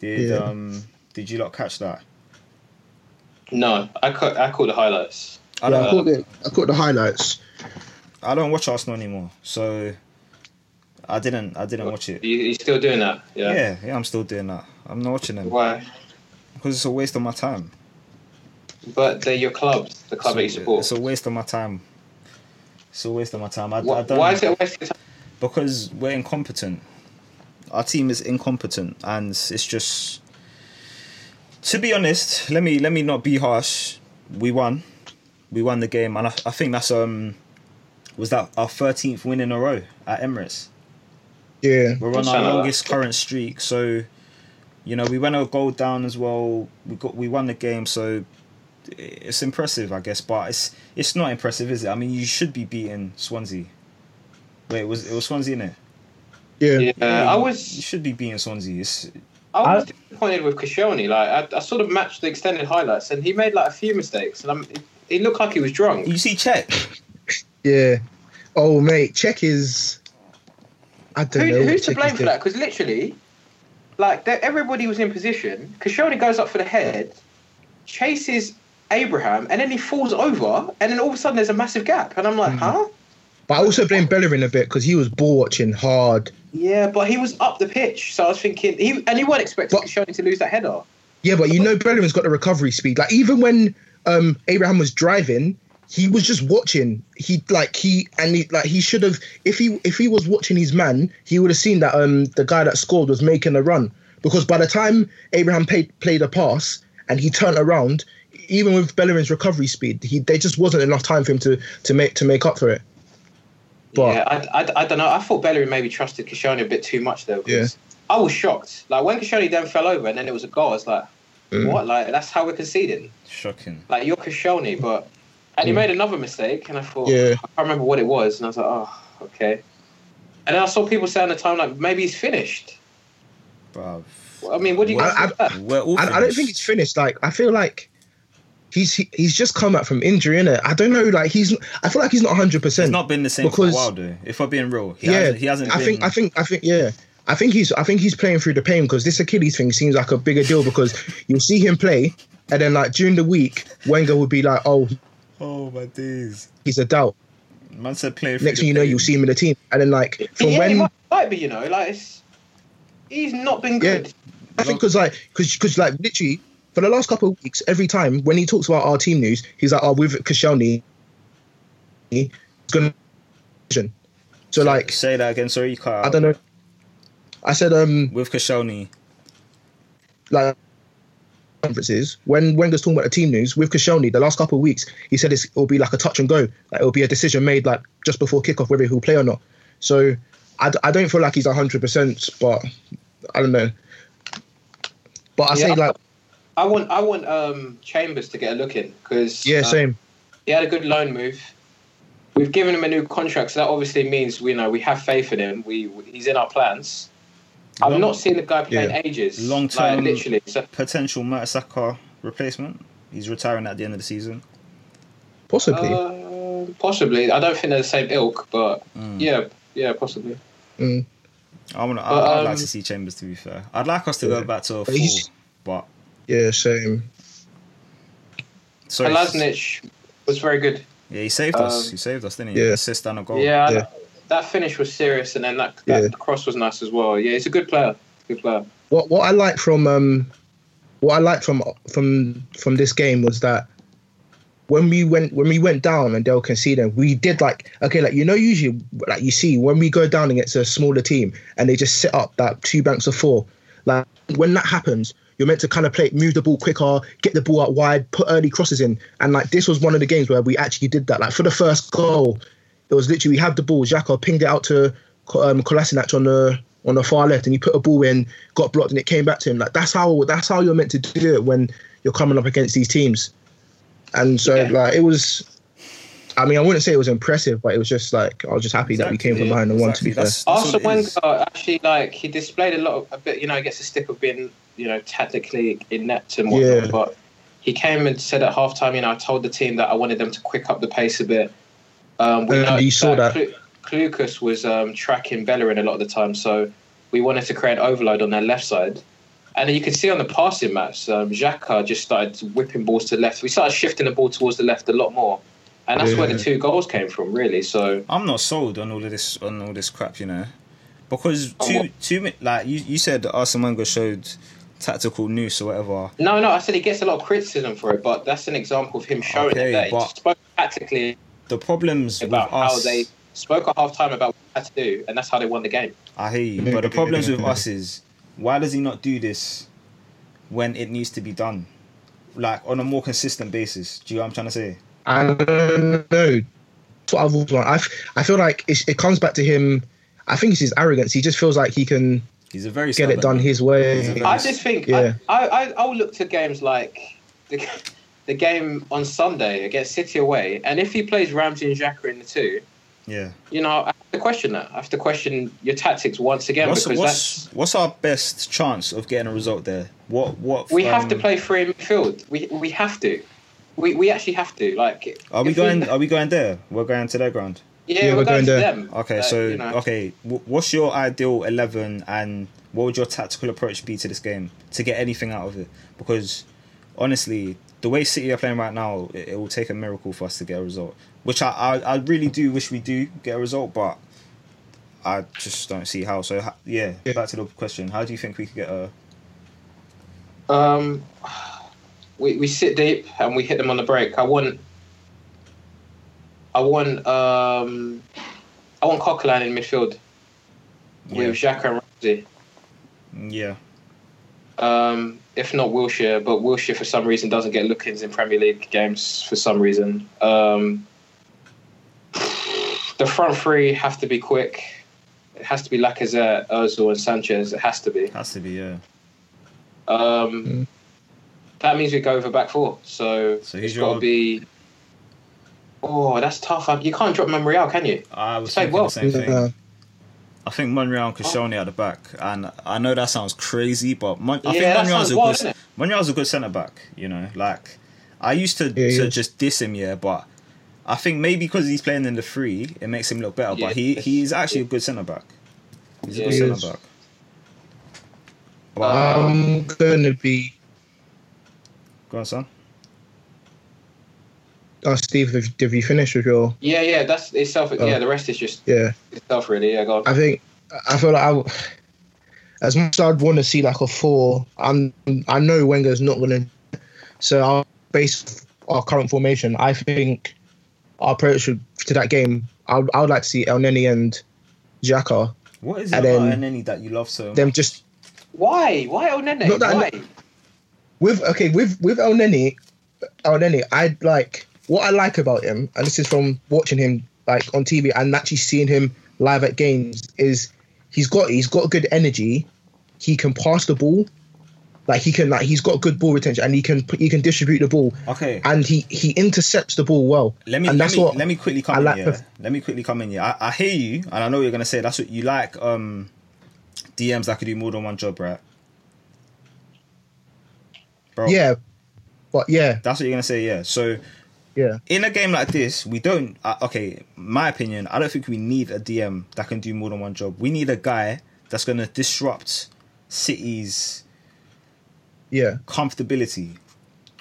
Speaker 3: Did
Speaker 5: Yeah.
Speaker 3: um did you lot catch that?
Speaker 4: No, I caught I caught the highlights.
Speaker 3: I
Speaker 5: Yeah,
Speaker 3: don't.
Speaker 5: I caught the I caught the highlights.
Speaker 3: I don't watch Arsenal anymore, so I didn't. I didn't watch it.
Speaker 4: You, you still doing that? Yeah.
Speaker 3: Yeah, yeah, I'm still doing that. I'm not watching them
Speaker 4: Why?
Speaker 3: because it's a waste of my time.
Speaker 4: but they're your clubs, the club that you
Speaker 3: It's a-
Speaker 4: support.
Speaker 3: It's a waste of my time. It's a waste of my time. I, I
Speaker 4: Wh-
Speaker 3: don't
Speaker 4: why is it a waste of time?
Speaker 3: because we're incompetent. Our team is incompetent, and it's just. To be honest, let me let me not be harsh. We won, we won the game, and I, I think that's um, was that our thirteenth win in a row at Emirates.
Speaker 5: Yeah.
Speaker 3: We're on our
Speaker 4: Something like that.
Speaker 3: longest current streak, so you know we went a goal down as well. We got we won the game, so it's impressive, I guess. But it's it's not impressive, is it? I mean, you should be beating Swansea. Wait, it was it was Swansea in it?
Speaker 5: Yeah.
Speaker 4: Yeah, I
Speaker 3: You
Speaker 4: was
Speaker 3: should be beating Swansea. It's,
Speaker 4: I was
Speaker 6: I-
Speaker 4: disappointed with Koscielny. Like I, I sort of matched the extended highlights, and he made like a few mistakes, and I'm, he looked like he was drunk.
Speaker 3: you see, check.
Speaker 5: Yeah. Oh mate, check is. I don't know.
Speaker 4: Who,
Speaker 5: what
Speaker 4: who's to
Speaker 5: Czech
Speaker 4: blame
Speaker 5: is
Speaker 4: for that? Because literally, like they- everybody was in position. Koscielny goes up for the head, chases Abraham, and then he falls over, and then all of a sudden there's a massive gap, and I'm
Speaker 5: Hmm.
Speaker 4: like, huh?
Speaker 5: But I also blame Bellerin a bit because he was ball watching hard.
Speaker 4: Yeah, but he was up the pitch, so I was thinking he and he weren't expecting
Speaker 5: But-
Speaker 4: Koscielny to lose that header.
Speaker 5: Yeah, but you know Bellerin's got the recovery speed. Like even when um Abraham was driving, he was just watching. He like he and he like he should have if he if he was watching his man, he would have seen that um the guy that scored was making a run. Because by the time Abraham played played a pass and he turned around, even with Bellerin's recovery speed, he there just wasn't enough time for him to to make to make up for it. But
Speaker 4: yeah, I, I, I don't know. I thought Bellerin maybe trusted Koscielny a bit too much though. 'cause
Speaker 5: Yeah.
Speaker 4: I was shocked. Like when Koscielny then fell over, and then it was a goal. I was like,
Speaker 5: Mm.
Speaker 4: what? Like that's how we're conceding.
Speaker 3: Shocking.
Speaker 4: like you're Koscielny, but and he made another mistake, and I thought
Speaker 5: Yeah.
Speaker 4: I can't remember what it was, and I was like, oh, okay. And then I saw people saying at the time like maybe he's finished.
Speaker 3: Bruv.
Speaker 4: I mean, what do you
Speaker 5: Well,
Speaker 4: guys think of
Speaker 5: I've-
Speaker 4: that?
Speaker 3: We're all
Speaker 5: I, I don't
Speaker 3: finished.
Speaker 5: think he's finished. Like I feel like he's he, he's just come back from injury, innit? I don't know. Like he's I feel like he's not hundred
Speaker 3: He's
Speaker 5: percent.
Speaker 3: not been the same
Speaker 5: Because-
Speaker 3: for a while, though. If we're being real, he
Speaker 5: Yeah,
Speaker 3: hasn't. He hasn't
Speaker 5: I
Speaker 3: been,
Speaker 5: think I think I think yeah. I think he's I think he's playing through the pain because this Achilles thing seems like a bigger deal because you'll see him play and then like during the week Wenger would be like, oh,
Speaker 3: Oh my days!
Speaker 5: he's a doubt.
Speaker 3: Man said playing. through
Speaker 5: Next
Speaker 3: the
Speaker 5: thing you know,
Speaker 3: pain.
Speaker 5: you'll see him in the team, and then like from
Speaker 4: yeah,
Speaker 5: when
Speaker 4: he might, might be, you know, like it's, he's not been
Speaker 5: Yeah.
Speaker 4: good.
Speaker 5: I think because like because like literally for the last couple of weeks, every time when he talks about our team news, he's like, "Oh, with Koscielny, it's gonna." So like,
Speaker 3: Say that again. Sorry, you cut.
Speaker 5: I
Speaker 3: out.
Speaker 5: don't know. I said um
Speaker 3: With Koscielny,
Speaker 5: like conferences when Wenger's talking about the team news with Koscielny the last couple of weeks, he said it's, it'll be like a touch and go, like it'll be a decision made like just before kickoff whether he'll play or not. So I, d- I don't feel like he's hundred percent, but I don't know. But I say
Speaker 4: Yeah.
Speaker 5: like
Speaker 4: I want I want um, Chambers to get a look in because
Speaker 5: yeah, same.
Speaker 4: he had a good loan move. We've given him a new contract, so that obviously means we know we have faith in him. We he's in our plans. I've
Speaker 3: Long-
Speaker 4: not seen the guy play
Speaker 5: Yeah.
Speaker 4: in ages.
Speaker 3: Long
Speaker 4: like,
Speaker 3: term-
Speaker 4: literally. So
Speaker 3: potential Mertesacker replacement. He's retiring at the end of the season.
Speaker 5: Possibly.
Speaker 4: Uh, possibly. I don't think they're the same ilk, but yeah, yeah, possibly.
Speaker 3: I want. to
Speaker 4: But,
Speaker 3: I'd like
Speaker 4: um,
Speaker 3: to see Chambers. To be fair, I'd like us to go back to a
Speaker 5: But
Speaker 3: four,
Speaker 5: he's-
Speaker 3: but
Speaker 5: Yeah, same.
Speaker 3: sorry,
Speaker 4: Kalasnic was very good.
Speaker 3: yeah, he saved us.
Speaker 4: um,
Speaker 3: He saved us, didn't he?
Speaker 5: yeah.
Speaker 3: Assist and a goal.
Speaker 4: yeah, I-
Speaker 5: yeah.
Speaker 4: that finish was serious, and then that, that
Speaker 5: Yeah.
Speaker 4: cross was nice as well. Yeah, he's a good player. Good player.
Speaker 5: What what I like from um, what I liked from from from this game was that when we went when we went down and they were conceding, we did like okay, like you know usually like you see when we go down against a smaller team and they just set up that two banks of four. Like when that happens, you're meant to kind of play move the ball quicker, get the ball out wide, put early crosses in, and like this was one of the games where we actually did that. Like for the first goal, it was literally we had the ball. Xhaka pinged it out to um, Kolasinac on the on the far left, and he put a ball in, got blocked, and it came back to him. Like that's how that's how you're meant to do it when you're coming up against these teams. And so
Speaker 4: Yeah.
Speaker 5: like it was, I mean I wouldn't say it was impressive, but it was just like I was just happy that we came from
Speaker 4: Exactly,
Speaker 5: behind and won. To
Speaker 3: Exactly,
Speaker 5: be fair,
Speaker 3: that's- that's
Speaker 4: Arsenal
Speaker 3: what it is.
Speaker 4: Wenger actually like he displayed a lot of a bit. You know, he gets a stick of being you know tactically inept and whatnot,
Speaker 5: Yeah.
Speaker 4: but he came and said at halftime, you know, I told the team that I wanted them to quick up the pace a bit. Um,
Speaker 5: And
Speaker 4: know
Speaker 5: you saw that.
Speaker 4: Klu- Klukas was um, tracking Bellerin a lot of the time, so we wanted to create an overload on their left side. And then you can see on the passing maps, um, Xhaka just started whipping balls to the left. We started shifting the ball towards the left a lot more, and that's where the
Speaker 5: Yeah.
Speaker 4: two goals came from, really. So
Speaker 3: I'm not sold on all of this on all this crap, you know, because
Speaker 4: On
Speaker 3: two
Speaker 4: Oh, what?
Speaker 3: two mi- like you you said that Arsene Wenger showed tactical nous or whatever.
Speaker 4: No, no, I said he gets a lot of criticism for it, but that's an example of him showing
Speaker 3: Okay,
Speaker 4: that
Speaker 3: but-
Speaker 4: he spoke tactically
Speaker 3: The problems with
Speaker 4: about how
Speaker 3: us,
Speaker 4: they spoke at half time about what they had to do, and that's how they won the game.
Speaker 3: I hear you, but the problems with us is why does he not do this when it needs to be done, like on a more consistent basis? Do you know what I'm trying to say?
Speaker 5: I don't know. That's what I've always wanted. I, f- I feel like it, it comes back to him. I think it's his arrogance. He just feels like he can
Speaker 3: He's a very
Speaker 5: get it
Speaker 3: stubborn
Speaker 5: done
Speaker 3: man.
Speaker 5: his way.
Speaker 3: He's a
Speaker 4: I
Speaker 3: Yes.
Speaker 4: just think
Speaker 5: Yeah.
Speaker 4: I, I, I I'll look to games like the, the game on Sunday against City away, and if he plays Ramsey and Xhaka in the two,
Speaker 3: Yeah.
Speaker 4: you know I have to question that. I have to question your tactics once again
Speaker 3: What's,
Speaker 4: because
Speaker 3: what's,
Speaker 4: that's
Speaker 3: what's our best chance of getting a result there? What what
Speaker 4: we have to
Speaker 3: um,
Speaker 4: play free in midfield. We we have to. We, we actually have to like.
Speaker 3: Are we
Speaker 4: if
Speaker 3: going? Are we going there? We're going to their ground.
Speaker 4: Yeah, we're, going, to them.
Speaker 3: Okay,
Speaker 4: Like,
Speaker 3: so
Speaker 4: you know.
Speaker 3: okay, wh- what's your ideal eleven, and what would your tactical approach be to this game to get anything out of it? Because honestly, the way City are playing right now, it, it will take a miracle for us to get a result. Which I, I I really do wish we do get a result, but I just don't see how. So ha- yeah,
Speaker 5: Yeah.
Speaker 3: back to the question: How do you think we could get a?
Speaker 4: Um, we, we sit deep and we hit them on the break. I want, I want, um, I want Coquelin in midfield with Xhaka and Ramsey.
Speaker 3: Yeah,
Speaker 4: Um, if not Wilshire, but Wilshire for some reason doesn't get look-ins in Premier League games for some reason. Um, the front three have to be quick. It has to be Lacazette, Ozil, and Sanchez. It has to be.
Speaker 3: has to be yeah.
Speaker 4: Um,
Speaker 5: Mm.
Speaker 4: That means we go with a back four. So,
Speaker 3: So who's
Speaker 4: it's
Speaker 3: your-
Speaker 4: got to be. Oh, that's tough. Um, You can't drop Memorial, can you?
Speaker 3: I was
Speaker 4: Say
Speaker 3: thinking
Speaker 4: what?
Speaker 3: the same thing.
Speaker 5: Yeah.
Speaker 3: I think Monreal and Koscielny at the back, and I know that sounds crazy, but Mon- I
Speaker 4: Yeah,
Speaker 3: think
Speaker 4: that
Speaker 3: Monreal's
Speaker 4: sounds
Speaker 3: a
Speaker 4: wild,
Speaker 3: good
Speaker 4: innit?
Speaker 3: Monreal's a good centre back. You know, like I used to
Speaker 5: Yeah,
Speaker 3: to
Speaker 5: yeah.
Speaker 3: just diss him, yeah, but I think maybe because he's playing in the three, it makes him look better.
Speaker 4: Yeah.
Speaker 3: But he he is actually a good centre back. He's a
Speaker 4: Yeah,
Speaker 3: good
Speaker 5: he is.
Speaker 3: centre back. But
Speaker 5: I'm gonna be.
Speaker 3: go on, son.
Speaker 5: Oh, Steve, have, have you finished with your?
Speaker 4: Yeah, yeah. That's it's self.
Speaker 5: Oh.
Speaker 4: Yeah, the rest is just
Speaker 5: Yeah,
Speaker 4: itself, really. Yeah, go on.
Speaker 5: I think I feel like I, w- as much as I'd want to see like a four, I'm I know Wenger's not gonna. So our base our current formation, I think our approach should- to that game, I would, I would like to see El Neni and Xhaka.
Speaker 3: What is it
Speaker 5: And
Speaker 3: about
Speaker 5: then-
Speaker 3: Nenny that you love so? much?
Speaker 5: Them just
Speaker 4: Why? Why El Nene?
Speaker 5: Not that-
Speaker 4: Why?
Speaker 5: with okay with with El Neni, El Neni. I like what I like about him, and this is from watching him like on TV and actually seeing him live at games. Is he's got he's got good energy. He can pass the ball, like he can like he's got good ball retention, and he can he can distribute the ball,
Speaker 3: Okay,
Speaker 5: and he he intercepts the ball well.
Speaker 3: Let me
Speaker 5: and
Speaker 3: let me, let me quickly come
Speaker 5: I
Speaker 3: in
Speaker 5: like
Speaker 3: here.
Speaker 5: perf-
Speaker 3: Let me quickly come in here. I, I hear you, and I know what you're gonna say that's what you like. Um, DMs that could do more than one job, right? Bro,
Speaker 5: yeah, but yeah
Speaker 3: that's what you're gonna say. Yeah. So
Speaker 5: yeah
Speaker 3: in a game like this, we don't. Uh, okay, my opinion. I don't think we need a DM that can do more than one job. We need a guy that's gonna disrupt City's
Speaker 5: yeah
Speaker 3: comfortability.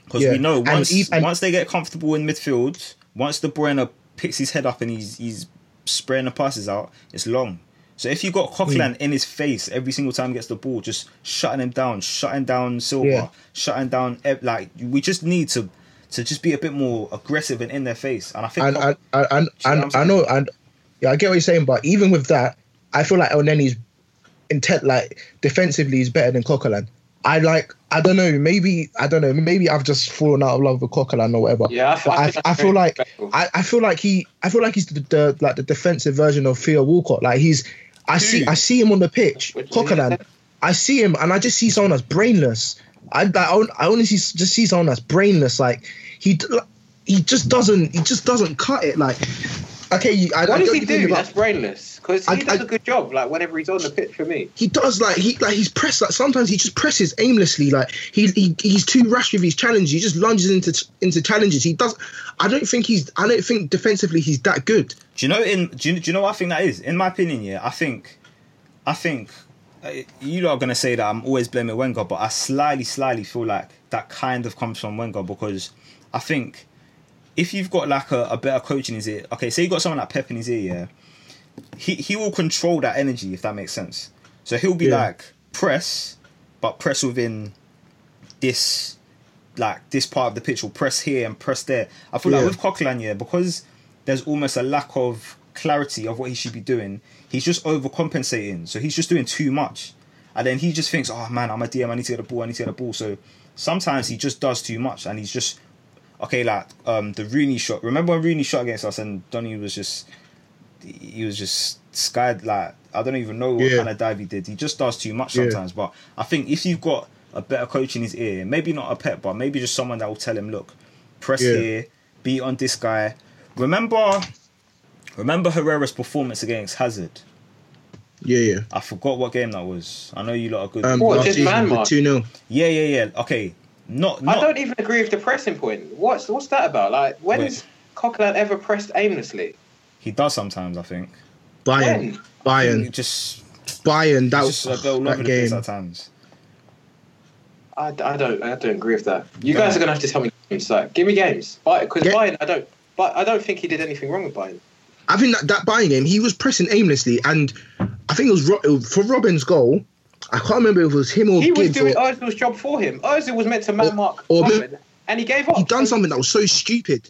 Speaker 3: Because
Speaker 5: Yeah.
Speaker 3: we know
Speaker 5: And
Speaker 3: once
Speaker 5: ev- and-
Speaker 3: once they get comfortable in midfield, once De Bruyne picks his head up and he's he's spraying the passes out, it's long. So if you got
Speaker 5: Mm.
Speaker 3: Coquelin in his face every single time he gets the ball, just shutting him down, shutting down Silva,
Speaker 5: Yeah.
Speaker 3: shutting down ev- like we just need to to just be a bit more aggressive and in their face. And I think
Speaker 5: and
Speaker 3: Coq-
Speaker 5: and and, and,
Speaker 3: See what I'm
Speaker 5: I
Speaker 3: saying?
Speaker 5: know and yeah, I get what you're saying, but even with that, I feel like El Nenny's intent, like defensively, is better than Coquelin. I like, I don't know, maybe I don't know, maybe I've just fallen out of love with Coquelin or whatever.
Speaker 4: Yeah, I f-
Speaker 5: but
Speaker 4: I
Speaker 5: I,
Speaker 4: think that's
Speaker 5: I feel
Speaker 4: very
Speaker 5: like
Speaker 4: respectful.
Speaker 5: I, I feel like he, I feel like he's the, the like the defensive version of Theo Walcott. Like he's, I see,
Speaker 3: Dude.
Speaker 5: I see him on the pitch,
Speaker 4: What did you
Speaker 5: Coquelin.
Speaker 4: say?
Speaker 5: I see him, and I just see someone that's brainless. I, I, I honestly just see someone that's brainless. Like he, d- he just doesn't, he just doesn't cut it. Like, okay, you, I, I
Speaker 4: What
Speaker 5: get
Speaker 4: does he
Speaker 5: you're thinking
Speaker 4: do?
Speaker 5: about-
Speaker 4: That's brainless. Because he
Speaker 5: I-
Speaker 4: does
Speaker 5: I-
Speaker 4: a good job. Like whenever he's on the pitch for me.
Speaker 5: he does like he like he's pressed like sometimes he just presses aimlessly like he, he he's too rash with his challenges he just lunges into into challenges he does I don't think he's I don't think defensively he's that good
Speaker 3: Do you know in do you, do you know what I think that is? In my opinion, yeah, I think I think uh, you lot are gonna say that I'm always blaming Wenger, but I slightly, slightly feel like that kind of comes from Wenger because I think if you've got like a, a better coach in his ear, okay, say you got someone like Pep in his ear, yeah, he he will control that energy if that makes sense. So he'll be
Speaker 5: Yeah.
Speaker 3: like press, but press within this like this part of the pitch or press here and press there. I feel like
Speaker 5: Yeah.
Speaker 3: with Coquelin, yeah, because there's almost a lack of clarity of what he should be doing, he's just overcompensating. So he's just doing too much. And then he just thinks, oh man, I'm a DM, I need to get the ball, I need to get the ball. So sometimes he just does too much and he's just, okay, like um, the Rooney shot. Remember when Rooney shot against us and Donny was just, he was just skied, like, I don't even know what
Speaker 5: Yeah.
Speaker 3: kind of dive he did. He just does too much
Speaker 5: Yeah.
Speaker 3: sometimes. But I think if you've got a better coach in his ear, maybe not a pet, but maybe just someone that will tell him, look, press
Speaker 5: Yeah.
Speaker 3: here, beat on this guy. Remember, remember Herrera's performance against Hazard.
Speaker 5: Yeah, yeah.
Speaker 3: I forgot what game that was. I know you lot are good.
Speaker 5: Um,
Speaker 4: What,
Speaker 5: last
Speaker 4: just
Speaker 5: season,
Speaker 4: man
Speaker 5: the
Speaker 4: mark?
Speaker 5: 2-0.
Speaker 3: yeah, yeah, yeah. Okay, not
Speaker 4: I
Speaker 3: not.
Speaker 4: don't e- even agree with the pressing point. What's what's that about? Like, when's Coquelin ever pressed aimlessly?
Speaker 3: He does sometimes. I think.
Speaker 5: Bayern.
Speaker 4: When?
Speaker 3: He
Speaker 5: Bayern.
Speaker 3: just
Speaker 5: Bayern. That was
Speaker 3: just a bit all over
Speaker 5: that
Speaker 3: the place
Speaker 5: game.
Speaker 3: at times.
Speaker 4: I, I don't I don't agree with that. You
Speaker 3: Yeah.
Speaker 4: guys are gonna have to tell me games. So give me games. Because
Speaker 5: Yeah.
Speaker 4: Bayern, I don't. But I don't think he did anything wrong with Bayern.
Speaker 5: I think that, that Bayern game, he was pressing aimlessly. And I think it was, Ro- it was for Robin's goal. I can't remember if it was him or
Speaker 4: He was
Speaker 5: Gibbs.
Speaker 4: doing
Speaker 5: or,
Speaker 4: Ozil's job for him. Ozil was meant to man mark
Speaker 5: or-
Speaker 4: Robin, and he gave up.
Speaker 5: he done something that was so stupid.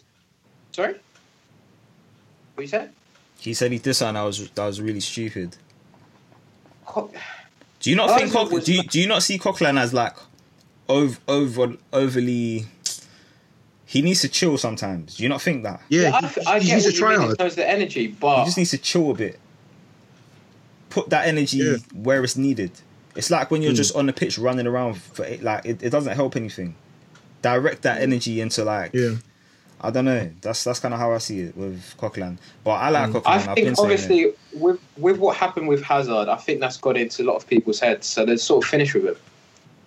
Speaker 4: Sorry. What you said?
Speaker 3: He said he did something that was that was really stupid.
Speaker 4: Co-
Speaker 3: Do you not
Speaker 4: Ozil
Speaker 3: think? Cock-
Speaker 4: was-
Speaker 3: do you, do you not see Coquelin as like over over overly? He needs to chill sometimes. Do you not think that?
Speaker 5: Yeah,
Speaker 4: I,
Speaker 5: he-
Speaker 4: I
Speaker 5: he-
Speaker 4: get
Speaker 5: he's a
Speaker 4: what you mean in
Speaker 5: tryhard.
Speaker 4: terms of the energy,
Speaker 3: He
Speaker 4: but
Speaker 3: just needs to chill a bit. Put that energy
Speaker 5: Yeah. Hmm.
Speaker 3: where it's needed. It's like when you're just on the pitch running around for it, like it, it doesn't help anything. Direct that energy into like
Speaker 5: Yeah.
Speaker 3: I don't know. That's that's kind of how I see it with Coquelin. But I
Speaker 5: Hmm.
Speaker 3: like Coquelin.
Speaker 4: I
Speaker 3: I've
Speaker 4: think
Speaker 3: been saying it.
Speaker 4: obviously with with what happened with Hazard, I think that's got into a lot of people's heads, so they sort of finished with it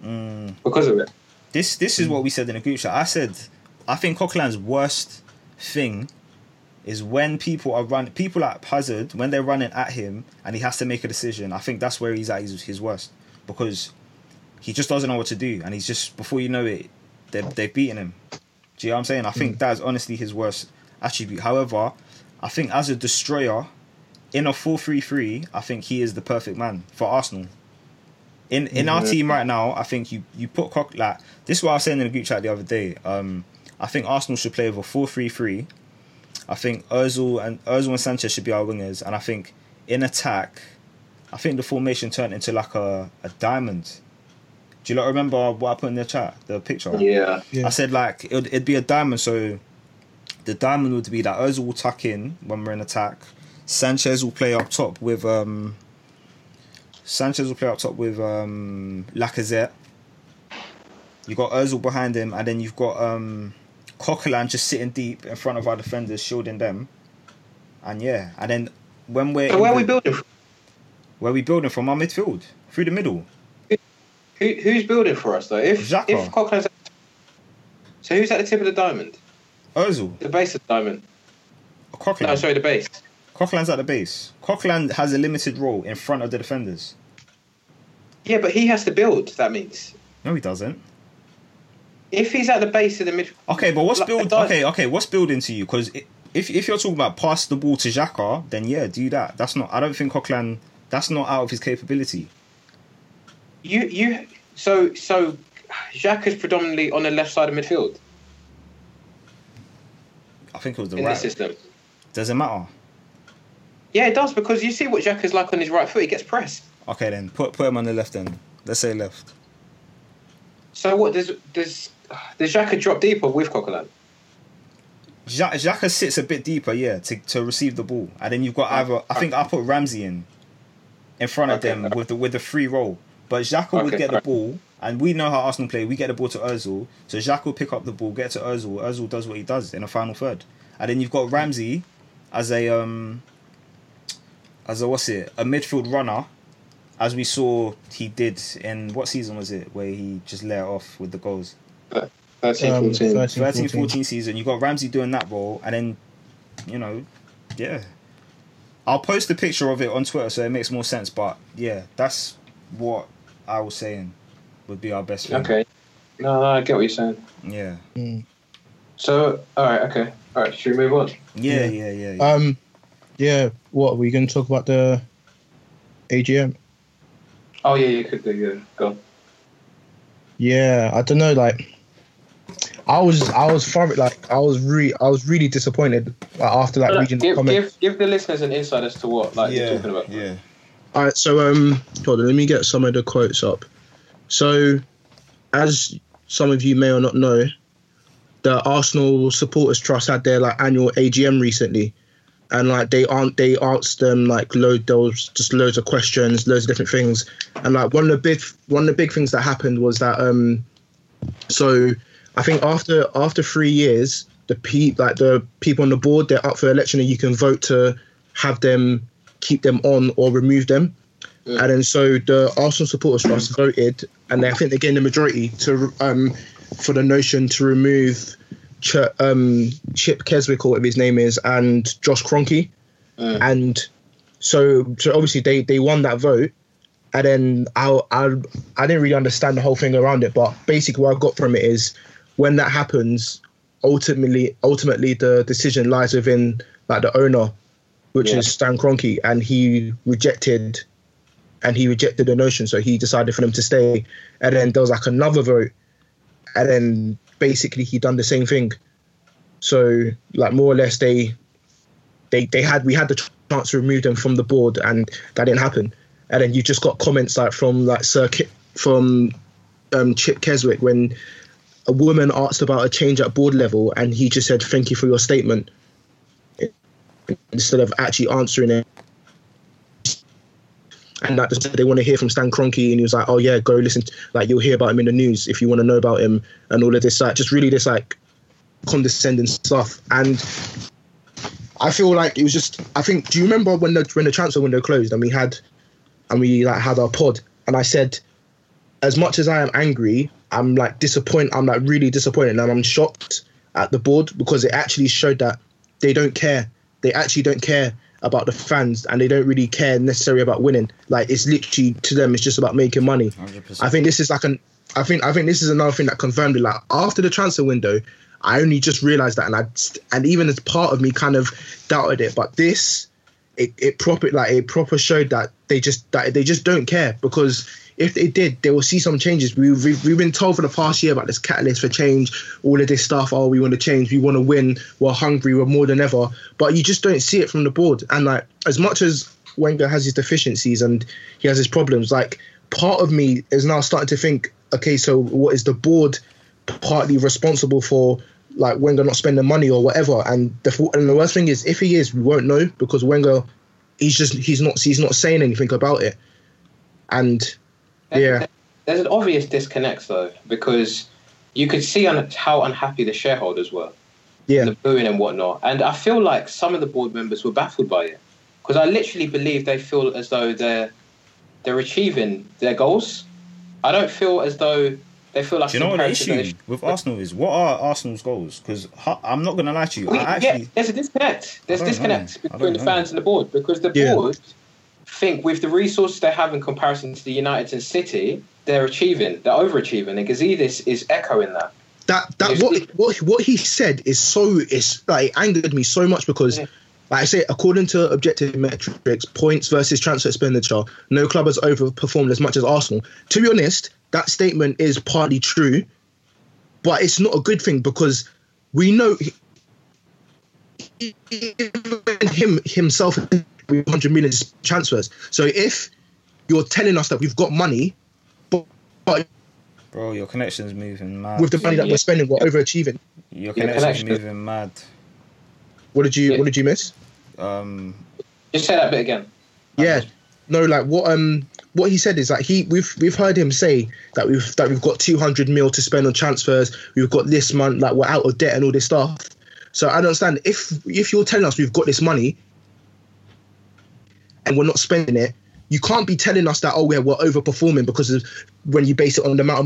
Speaker 3: Mm.
Speaker 4: because of it.
Speaker 3: this this is what we said in the group chat. I said I think Coquelin's worst thing is when people are run people like Hazard when they're running at him and he has to make a decision. I think that's where he's at his, his worst because he just doesn't know what to do and he's just before you know it they they've beaten him. Do you know what I'm saying? I think that's honestly his worst attribute. However, I think as a destroyer in a 4-3-3, I think he is the perfect man for Arsenal. In in our team right now, I think you you put cock like this is what I was saying in the group chat the other day. Um, I think Arsenal should play with a 4-3-3. I think Özil and Özil and Sanchez should be our wingers, and I think in attack, I think the formation turned into like a, a diamond. Do you lot remember what I put in the chat, the picture?
Speaker 4: Yeah,
Speaker 5: Yeah.
Speaker 3: I said like it'd, it'd be a diamond, so the diamond would be that Ozil will tuck in when we're in attack. Sanchez will play up top with um. Sanchez will play up top with um Lacazette. You got Ozil behind him, and then you've got um Coquelin just sitting deep in front of our defenders, shielding them. And yeah, and then when we're
Speaker 4: So
Speaker 3: in
Speaker 4: where are
Speaker 3: the-
Speaker 4: we building? From?
Speaker 3: where we building from our midfield through the middle.
Speaker 4: Who, who's building for us though? If
Speaker 3: Xhaka.
Speaker 4: if Coughlin's at, so who's at the tip of the diamond?
Speaker 3: Ozil,
Speaker 4: The base of the diamond?
Speaker 3: Coquelin.
Speaker 4: No, sorry, the base.
Speaker 3: Coquelin's at the base. Coquelin has a limited role in front of the defenders.
Speaker 4: Yeah, but he has to build. That means
Speaker 3: No, he doesn't.
Speaker 4: if he's at the base of the mid,
Speaker 3: Okay, but what's
Speaker 4: Like, it
Speaker 3: build?
Speaker 4: does.
Speaker 3: Okay, okay, what's building to you? Because if if you're talking about pass the ball to Xhaka, then yeah, do that. That's not. I don't think Coquelin. That's not out of his capability.
Speaker 4: you you so so. Jacques is predominantly on the left side of midfield
Speaker 3: I think it was the
Speaker 4: in
Speaker 3: right.
Speaker 4: the system.
Speaker 3: Doesn't matter.
Speaker 4: Yeah, it does because you see what Jacques is like on his right foot. He gets pressed.
Speaker 3: Okay, then put put him on the left end. Let's say left.
Speaker 4: So what does does does Xhaka drop deeper with Coquelin?
Speaker 3: Xha- Xhaka sits a bit deeper, yeah, to, to receive the ball, and then you've got either. I think I put Ramsey in, in front of
Speaker 4: Okay.
Speaker 3: them with the with the free roll. But Xhaka would
Speaker 4: Okay,
Speaker 3: get the
Speaker 4: alright.
Speaker 3: ball, and we know how Arsenal play. We get the ball to Özil, so Xhaka will pick up the ball, get to Özil. Özil does what he does in the final third, and then you've got Ramsey as a um, as a what's it, a midfield runner, as we saw he did in what season was it where he just let it off with the goals.
Speaker 4: 13,
Speaker 5: Um,
Speaker 4: 14.
Speaker 5: 13,
Speaker 3: 13
Speaker 5: 14.
Speaker 3: 14 season, you got Ramsey doing that role, and then, you know, yeah. I'll post a picture of it on Twitter so it makes more sense, but yeah, that's what I was saying would be our best thing.
Speaker 4: Okay. No, no, I get what you're saying.
Speaker 3: Yeah.
Speaker 4: So, all right, okay, all right. Should we move on?
Speaker 3: Yeah,
Speaker 5: Yeah.
Speaker 3: yeah, yeah. yeah.
Speaker 5: Um, yeah. What are we going to talk about the AGM?
Speaker 4: Oh yeah, you could do. Yeah, go. on.
Speaker 5: Yeah, I don't know. Like, I was, I was far, like, I was re, I was really disappointed like, after that reading the
Speaker 4: Give,
Speaker 5: comment.
Speaker 4: give, give the listeners an insight as to what like you're talking about.
Speaker 3: yeah.
Speaker 5: All right, so um, hold on, let me get some of the quotes up. So, as some of you may or not know, the Arsenal Supporters Trust had their like annual AGM recently, and like they aren't they asked them like load those just loads of questions, loads of different things, and like one of the big one of the big things that happened was that um, so I think after after three years, the pe like the people on the board they're up for election and you can vote to have them keep them on or remove them. And then so the Arsenal supporters trust voted, and I think they gained the majority to um, for the notion to remove Ch- um, Chip Keswick or whatever his name is and Josh Cronkey, and so so obviously they they won that vote. And then I, I I didn't really understand the whole thing around it, but basically what I got from it is when that happens, ultimately ultimately the decision lies within like the owner which
Speaker 4: Yeah.
Speaker 5: is Stan Kroenke, and he rejected, and he rejected the notion. So he decided for them to stay, and then there was like another vote, and then basically he done the same thing. So like more or less they, they they had we had the chance to remove them from the board, and that didn't happen. And then you just got comments like from like circuit from um, Chip Keswick when a woman asked about a change at board level, and he just said thank you for your statement instead of actually answering it. And that just, they want to hear from Stan Kroenke, and he was like, "Oh yeah, go listen. To, like you'll hear about him in the news if you want to know about him and all of this. Like just really this like condescending stuff. And I feel like it was just. I think. Do you remember when the when the transfer window closed and we had, and we like had our pod, and I said, as much as I am angry, I'm like disappointed. I'm like really disappointed, and I'm shocked at the board because it actually showed that they don't care. They actually don't care about the fans, and they don't really care necessarily about winning. Like it's literally to them, it's just about making money.
Speaker 3: 100%.
Speaker 5: I think this is like an. I think I think this is another thing that confirmed it. Like after the transfer window, I only just realized that, and I and even as part of me kind of doubted it. But this, it, it proper like it proper showed that they just that they just don't care because if they did, they will see some changes. We, we we've been told for the past year about this catalyst for change, all of this stuff. Oh, we want to change, we want to win, we're hungry, we're more than ever. But you just don't see it from the board. And like as much as Wenger has his deficiencies and he has his problems, like part of me is now starting to think, okay, so what is the board partly responsible for like Wenger not spending money or whatever. And the fu- and the worst thing is, if he is, we won't know because Wenger, he's just he's not he's not saying anything about it. And yeah,
Speaker 4: There's an obvious disconnect though because you could see un- how unhappy the shareholders were.
Speaker 5: yeah,
Speaker 4: the booing and whatnot. And I feel like some of the board members were baffled by it because I literally believe they feel as though they're they're achieving their goals. I don't feel as though they feel like
Speaker 3: Do you know what the
Speaker 4: compared to
Speaker 3: issue with Arsenal is? What are Arsenal's goals? Because I'm not gonna lie to you.
Speaker 4: We-
Speaker 3: I actually
Speaker 4: yeah, there's a disconnect. There's
Speaker 3: I don't
Speaker 4: disconnect
Speaker 3: know. I
Speaker 4: between the
Speaker 3: don't
Speaker 4: fans and the board because the
Speaker 5: Yeah.
Speaker 4: board think with the resources they have in comparison to the United and City, they're achieving, they're overachieving, and Gazidis is echoing that.
Speaker 5: that that what what what he said is so it's like it angered me so much because.
Speaker 4: Yeah.
Speaker 5: Like I say, according to objective metrics, points versus transfer expenditure, no club has overperformed as much as Arsenal. To be honest, that statement is partly true, but it's not a good thing because we know even him himself with 100 million transfers. So if you're telling us that we've got money, but, but
Speaker 3: Bro, your connection's moving mad.
Speaker 5: with the money that we're spending, we're overachieving.
Speaker 3: your
Speaker 4: Your
Speaker 3: connection's
Speaker 4: connection-
Speaker 3: moving mad.
Speaker 5: What did you
Speaker 4: Yeah.
Speaker 5: What did you miss?
Speaker 3: Um,
Speaker 4: Just say that bit again.
Speaker 5: Yeah, no, like what um what he said is like he we've we've heard him say that we've that we've got 200 mil to spend on transfers. We've got this month like we're out of debt and all this stuff. So I don't understand if if you're telling us we've got this money and we're not spending it, you can't be telling us that oh yeah we're overperforming because of when you base it on the amount of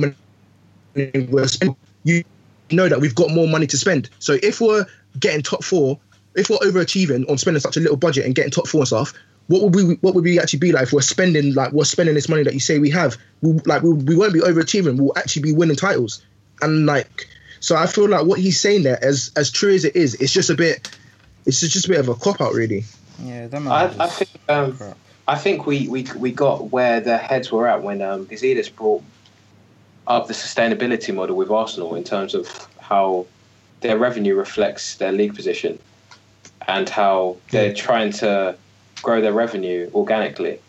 Speaker 5: money we're spending, you know that we've got more money to spend. So if we're getting top four, if we're overachieving on spending such a little budget and getting top four and stuff, what would we what would we actually be like if we're spending like we're spending this money that you say we have? We, like we, we won't be overachieving. We'll actually be winning titles. And like, so I feel like what he's saying there, as as true as it is, it's just a bit, it's just a bit of a cop out, really.
Speaker 3: yeah, that man.
Speaker 4: I, I
Speaker 3: is-
Speaker 4: think um,
Speaker 3: crap.
Speaker 4: I think we, we we got where their heads were at when um, Gazidis brought of the sustainability model with Arsenal in terms of how their revenue reflects their league position and how they're trying to grow their revenue organically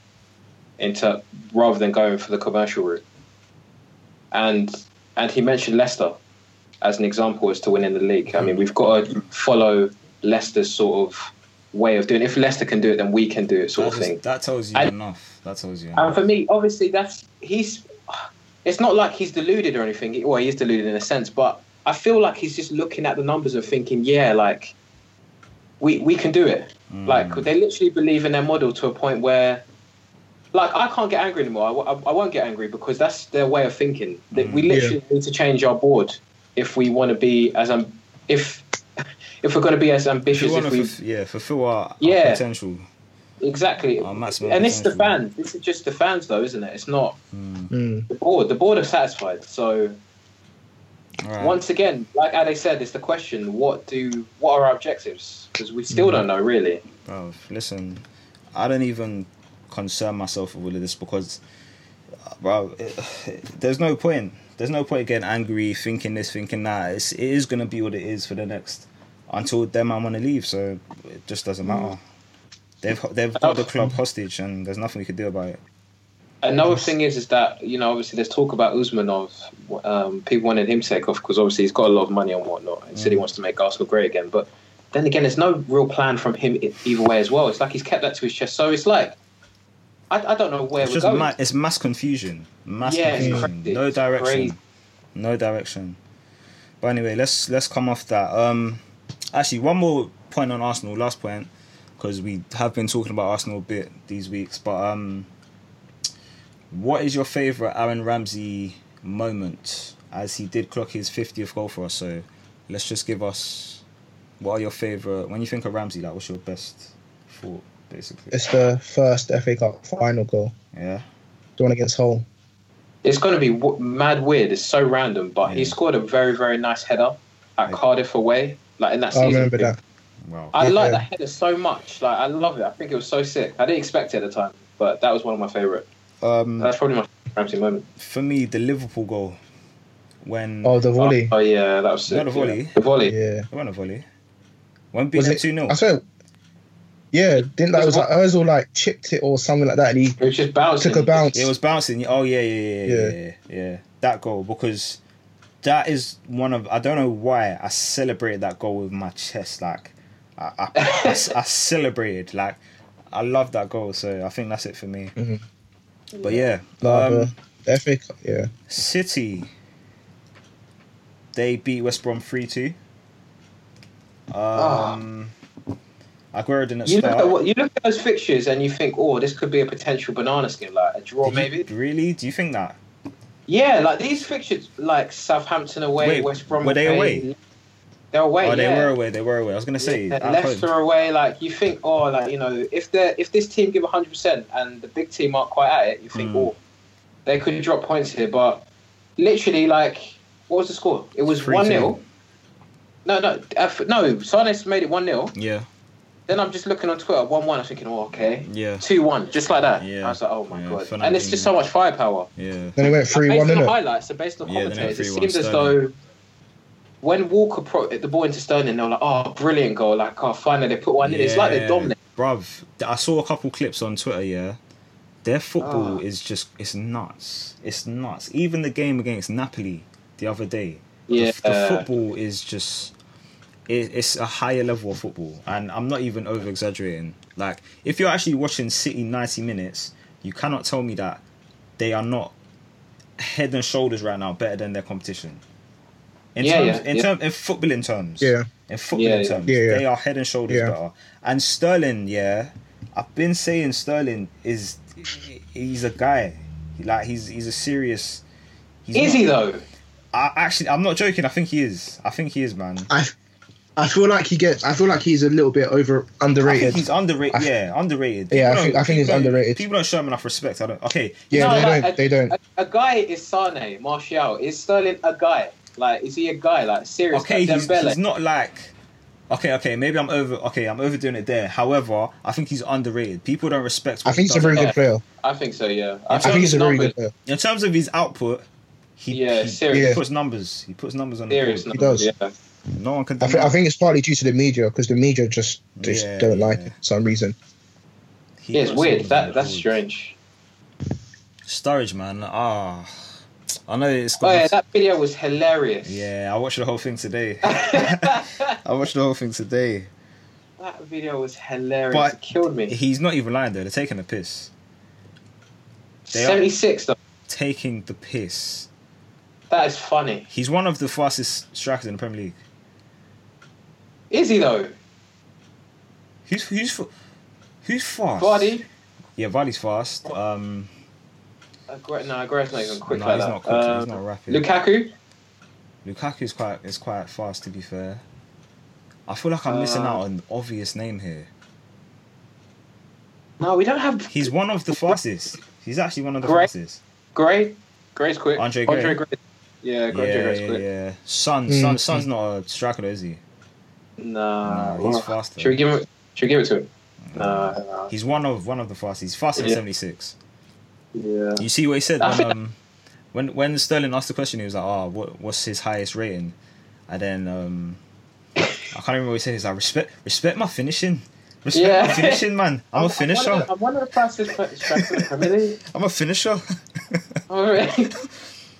Speaker 4: into rather than going for the commercial route. And and he mentioned Leicester as an example as to winning the league. I mean, we've got to follow Leicester's sort of way of doing. It. If Leicester can do it, then we can do it, sort
Speaker 3: That,
Speaker 4: of thing.
Speaker 3: is, that tells you
Speaker 4: And-
Speaker 3: enough. That tells you.
Speaker 4: And
Speaker 3: Enough.
Speaker 4: for me, obviously, that's he's. It's not like he's deluded or anything. Well, he is deluded in a sense, but I feel like he's just looking at the numbers and thinking, yeah, like we we can do it.
Speaker 3: Mm.
Speaker 4: Like they literally believe in their model to a point where, like, I can't get angry anymore. I, w- I- I won't get angry because that's their way of thinking. That
Speaker 3: Mm.
Speaker 4: we literally need to change our board if we want to be as um if if we're going to be as
Speaker 3: If you
Speaker 4: ambitious
Speaker 3: want
Speaker 4: if
Speaker 3: to,
Speaker 4: we
Speaker 3: fulf- yeah, fulfill our, our
Speaker 4: Yeah.
Speaker 3: potential.
Speaker 4: Exactly.
Speaker 3: Our
Speaker 4: And
Speaker 3: maximum
Speaker 4: it's the
Speaker 3: potential.
Speaker 4: fans. This is just the fans, though, isn't it? It's not
Speaker 3: Hmm.
Speaker 5: Mm.
Speaker 4: the board. The board are satisfied. So
Speaker 3: All right.
Speaker 4: once again, like Ade said, it's the question: what do what are our objectives? Because we
Speaker 3: Hmm.
Speaker 4: still don't know really.
Speaker 3: Bro, listen, I don't even concern myself with all of this because, uh, bro, it, there's no point. There's no point getting angry, thinking this, thinking that. It's, it is gonna be what it is for the next until them I'm gonna leave. So it just doesn't
Speaker 4: Mm.
Speaker 3: matter. They've they've got the club hostage, and there's nothing we could do about it.
Speaker 4: Another thing is, is that you know, obviously, there's talk about Usmanov. Um, people wanted him to take off because obviously he's got a lot of money and whatnot, and
Speaker 3: Hmm.
Speaker 4: said he wants to make Arsenal great again. But then again, there's no real plan from him e- either way as well. It's like he's kept that to his chest. So it's like, I, I don't know where
Speaker 3: It's
Speaker 4: we're
Speaker 3: just
Speaker 4: going.
Speaker 3: ma- it's mass confusion, mass
Speaker 4: Yeah, it's
Speaker 3: confusion,
Speaker 4: crazy.
Speaker 3: no
Speaker 4: It's
Speaker 3: direction,
Speaker 4: crazy.
Speaker 3: no direction. But anyway, let's let's come off that. Um, actually, one more point on Arsenal. Last point, because we have been talking about Arsenal a bit these weeks. But um, what is your favorite Aaron Ramsey moment? As he did clock his fiftieth goal for us. So let's just give us what are your favorite when you think of Ramsey. Like, what's your best thought, basically?
Speaker 5: It's the first FA Cup final goal,
Speaker 3: Yeah.
Speaker 5: the one against Hull.
Speaker 4: it's going to be w- mad weird. It's so random, but he
Speaker 3: Yeah.
Speaker 4: scored a very very nice header at
Speaker 3: Yeah.
Speaker 4: Cardiff away, like in that
Speaker 5: I
Speaker 4: season.
Speaker 5: remember that.
Speaker 3: Wow.
Speaker 4: I like
Speaker 5: Yeah.
Speaker 4: that header so much. Like I love it. I think it was so sick. I didn't expect it at the time, but that was one of my favorite.
Speaker 5: Mm.
Speaker 3: Um,
Speaker 4: That's probably my Ramsey moment.
Speaker 3: for me, the Liverpool goal when
Speaker 5: Oh, the volley.
Speaker 4: Oh, oh, yeah, that was sick.
Speaker 3: Not a volley.
Speaker 4: Yeah. The volley.
Speaker 5: yeah.
Speaker 3: it wasn't a volley. When
Speaker 5: Was
Speaker 3: beating
Speaker 5: it-
Speaker 3: two 0
Speaker 5: I swear. Yeah, didn't that
Speaker 4: It was
Speaker 5: was like Ozil like chipped it or something like that, and he
Speaker 4: It was just bouncing.
Speaker 5: took a bounce.
Speaker 3: It was bouncing. Oh yeah, yeah, yeah, yeah,
Speaker 5: Yeah.
Speaker 3: yeah, yeah. That goal because that is one of I don't know why I celebrated that goal with my chest. Like I, I, I, I celebrated. Like I love that goal. So I think that's it for me.
Speaker 5: Mhm.
Speaker 3: But yeah,
Speaker 5: Like,
Speaker 3: um,
Speaker 5: uh, the FA Cup. Yeah,
Speaker 3: City. They beat West Brom three two. Um, Aguero didn't
Speaker 4: Ah. You look,
Speaker 3: start.
Speaker 4: at what, you look at those fixtures and you think, oh, this could be a potential banana skin, like a draw
Speaker 3: Did you-
Speaker 4: maybe.
Speaker 3: Really? Do you think that?
Speaker 4: Yeah, like these fixtures, like Southampton away,
Speaker 3: Wait,
Speaker 4: West Brom
Speaker 3: were they away?
Speaker 4: They're away.
Speaker 3: oh, they
Speaker 4: yeah.
Speaker 3: were away. They were away. I was gonna say
Speaker 4: Yeah,
Speaker 3: at
Speaker 4: Leicester
Speaker 3: home.
Speaker 4: away, like you think, oh, like you know, if they if this team give hundred percent and the big team aren't quite at it, you think,
Speaker 3: Hmm.
Speaker 4: oh, they could drop points here. But literally, like, what was the score? It was
Speaker 3: 3-2.
Speaker 4: one 0 No, no, uh, no. Sane's made it one 0
Speaker 3: Yeah,
Speaker 4: Then I'm just looking on Twitter, one one. I'm thinking, oh, okay,
Speaker 3: yeah,
Speaker 4: two one, just like that.
Speaker 3: Yeah.
Speaker 4: I was like, oh my
Speaker 3: Yeah,
Speaker 4: god,
Speaker 3: Fernandinho.
Speaker 4: and it's just so much firepower.
Speaker 3: yeah.
Speaker 5: then it went three
Speaker 4: based
Speaker 5: one
Speaker 4: on the
Speaker 5: in it.
Speaker 4: highlights and based on the
Speaker 3: Yeah, they went
Speaker 4: commentators, it
Speaker 3: 3-1
Speaker 4: seemed as
Speaker 3: Sterling.
Speaker 4: though when Walker pro- the ball into Sterling, they were like, "Oh, brilliant goal! Like, oh, finally they put one in." It's like they
Speaker 3: Yeah.
Speaker 4: dominate.
Speaker 3: Bruv, th- I saw a couple clips on Twitter. Yeah, their football
Speaker 4: Ah.
Speaker 3: is just—it's nuts. It's nuts. Even the game against Napoli the other day, the
Speaker 4: Yeah,
Speaker 3: f- the, football is just. It, it's a higher level of football, and I'm not even over exaggerating. Like, if you're actually watching City 90 minutes, you cannot tell me that they are not head and shoulders right now better than their competition. In
Speaker 4: Yeah,
Speaker 3: terms,
Speaker 4: yeah,
Speaker 3: in
Speaker 4: yeah.
Speaker 3: term, in footballing terms,
Speaker 5: Yeah.
Speaker 3: in footballing
Speaker 4: Yeah, yeah.
Speaker 3: terms,
Speaker 5: Yeah, yeah.
Speaker 3: they are head and shoulders
Speaker 5: Yeah.
Speaker 3: better. And Sterling, yeah, I've been saying Sterling is he's a guy, like he's he's a serious. He's
Speaker 4: is
Speaker 3: not-
Speaker 4: he though?
Speaker 3: I actually, I'm not joking. I think he is. I think he is, man.
Speaker 5: I, I feel like he gets. I feel like he's a little bit over
Speaker 3: I think
Speaker 5: underrated.
Speaker 3: he's underrated. Yeah, underrated.
Speaker 5: Yeah, I
Speaker 3: People
Speaker 5: think-
Speaker 3: don't-
Speaker 5: I think he's
Speaker 3: people don't-
Speaker 5: underrated.
Speaker 3: People don't show him enough respect. I don't. Okay.
Speaker 5: Yeah,
Speaker 4: No,
Speaker 5: they
Speaker 4: like,
Speaker 5: don't.
Speaker 4: I-
Speaker 5: They don't.
Speaker 4: A, a guy is Sane, Martial. Is Sterling a guy? Like, is he a guy? Like, serious?
Speaker 3: Okay,
Speaker 4: like,
Speaker 3: he's,
Speaker 4: Dembele?
Speaker 3: he's not like. Okay, okay, maybe I'm over. Okay, I'm overdoing it there. However, I think he's underrated. People don't respect. What
Speaker 5: I
Speaker 3: he
Speaker 5: think he's a
Speaker 3: does.
Speaker 5: very
Speaker 4: Yeah.
Speaker 5: good player.
Speaker 4: I think so. Yeah,
Speaker 5: I think he's a very good player.
Speaker 3: In terms of his output, He,
Speaker 4: Yeah,
Speaker 3: he,
Speaker 4: serious.
Speaker 3: he puts numbers. He puts numbers on the
Speaker 4: Serious
Speaker 3: board.
Speaker 5: He does.
Speaker 4: Yeah.
Speaker 3: No one can.
Speaker 5: I, think
Speaker 3: deny-
Speaker 5: I think it's partly due to the media because the media just they just
Speaker 3: Yeah,
Speaker 5: don't like
Speaker 3: yeah.
Speaker 5: it for some reason.
Speaker 3: he
Speaker 4: yeah, it's
Speaker 3: puts
Speaker 4: weird.
Speaker 3: numbers on
Speaker 4: That
Speaker 3: the
Speaker 4: that's
Speaker 3: board.
Speaker 4: strange.
Speaker 3: Sturridge, man. Ah, I know it's.
Speaker 4: Oh
Speaker 3: got
Speaker 4: yeah,
Speaker 3: nothing-
Speaker 4: that video was hilarious.
Speaker 3: Yeah, I watched the whole thing today. I watched the whole thing today.
Speaker 4: That video was hilarious.
Speaker 3: But-
Speaker 4: it killed me.
Speaker 3: He's not even lying though. They're taking the piss. they are-
Speaker 4: Seventy six though.
Speaker 3: Taking the piss.
Speaker 4: That is funny.
Speaker 3: He's one of the fastest strikers in the Premier League.
Speaker 4: Is he though?
Speaker 3: Who's who's fa- who's fast?
Speaker 4: Vardy?
Speaker 3: Yeah, Vardy's fast. Um,
Speaker 4: Aguero, no, Aguero's not even quick
Speaker 3: no,
Speaker 4: like
Speaker 3: he's
Speaker 4: that.
Speaker 3: not quick.
Speaker 4: Um,
Speaker 3: he's not rapid.
Speaker 4: Lukaku?
Speaker 3: Lukaku's quite is quite fast to be fair. I feel like I'm missing
Speaker 4: Uh,
Speaker 3: out on an obvious name here.
Speaker 4: No, we don't have
Speaker 3: He's one of the fastest. He's actually one of the
Speaker 4: Gray?
Speaker 3: fastest.
Speaker 4: Gray. Gray's quick.
Speaker 3: Andre Gray.
Speaker 4: Andre Gray. Yeah,
Speaker 3: Yeah,
Speaker 4: Andre Gray's
Speaker 3: yeah,
Speaker 4: quick.
Speaker 3: yeah. Son,
Speaker 5: Mm.
Speaker 3: son, son's not a striker, though, is he?
Speaker 4: Nah.
Speaker 3: No, he's
Speaker 4: well,
Speaker 3: faster.
Speaker 4: Should we give it? Should we give it to him? Nah. nah.
Speaker 3: He's one of one of the fastest. He's faster than
Speaker 4: Yeah.
Speaker 3: seventy six.
Speaker 4: Yeah.
Speaker 3: You see what he said
Speaker 4: I
Speaker 3: when
Speaker 4: think-
Speaker 3: um when when Sterling asked the question, he was like, "Ah, what what's his highest rating?" And then um I can't remember what he said. He's like, "Respect, respect my finishing." Respect my
Speaker 4: Yeah.
Speaker 3: finishing, man. I'm a
Speaker 4: I'm one
Speaker 3: finisher.
Speaker 4: of the, I'm one of the fastest strikers in the Premier League. Oh,
Speaker 3: I'm a finisher.
Speaker 4: All right.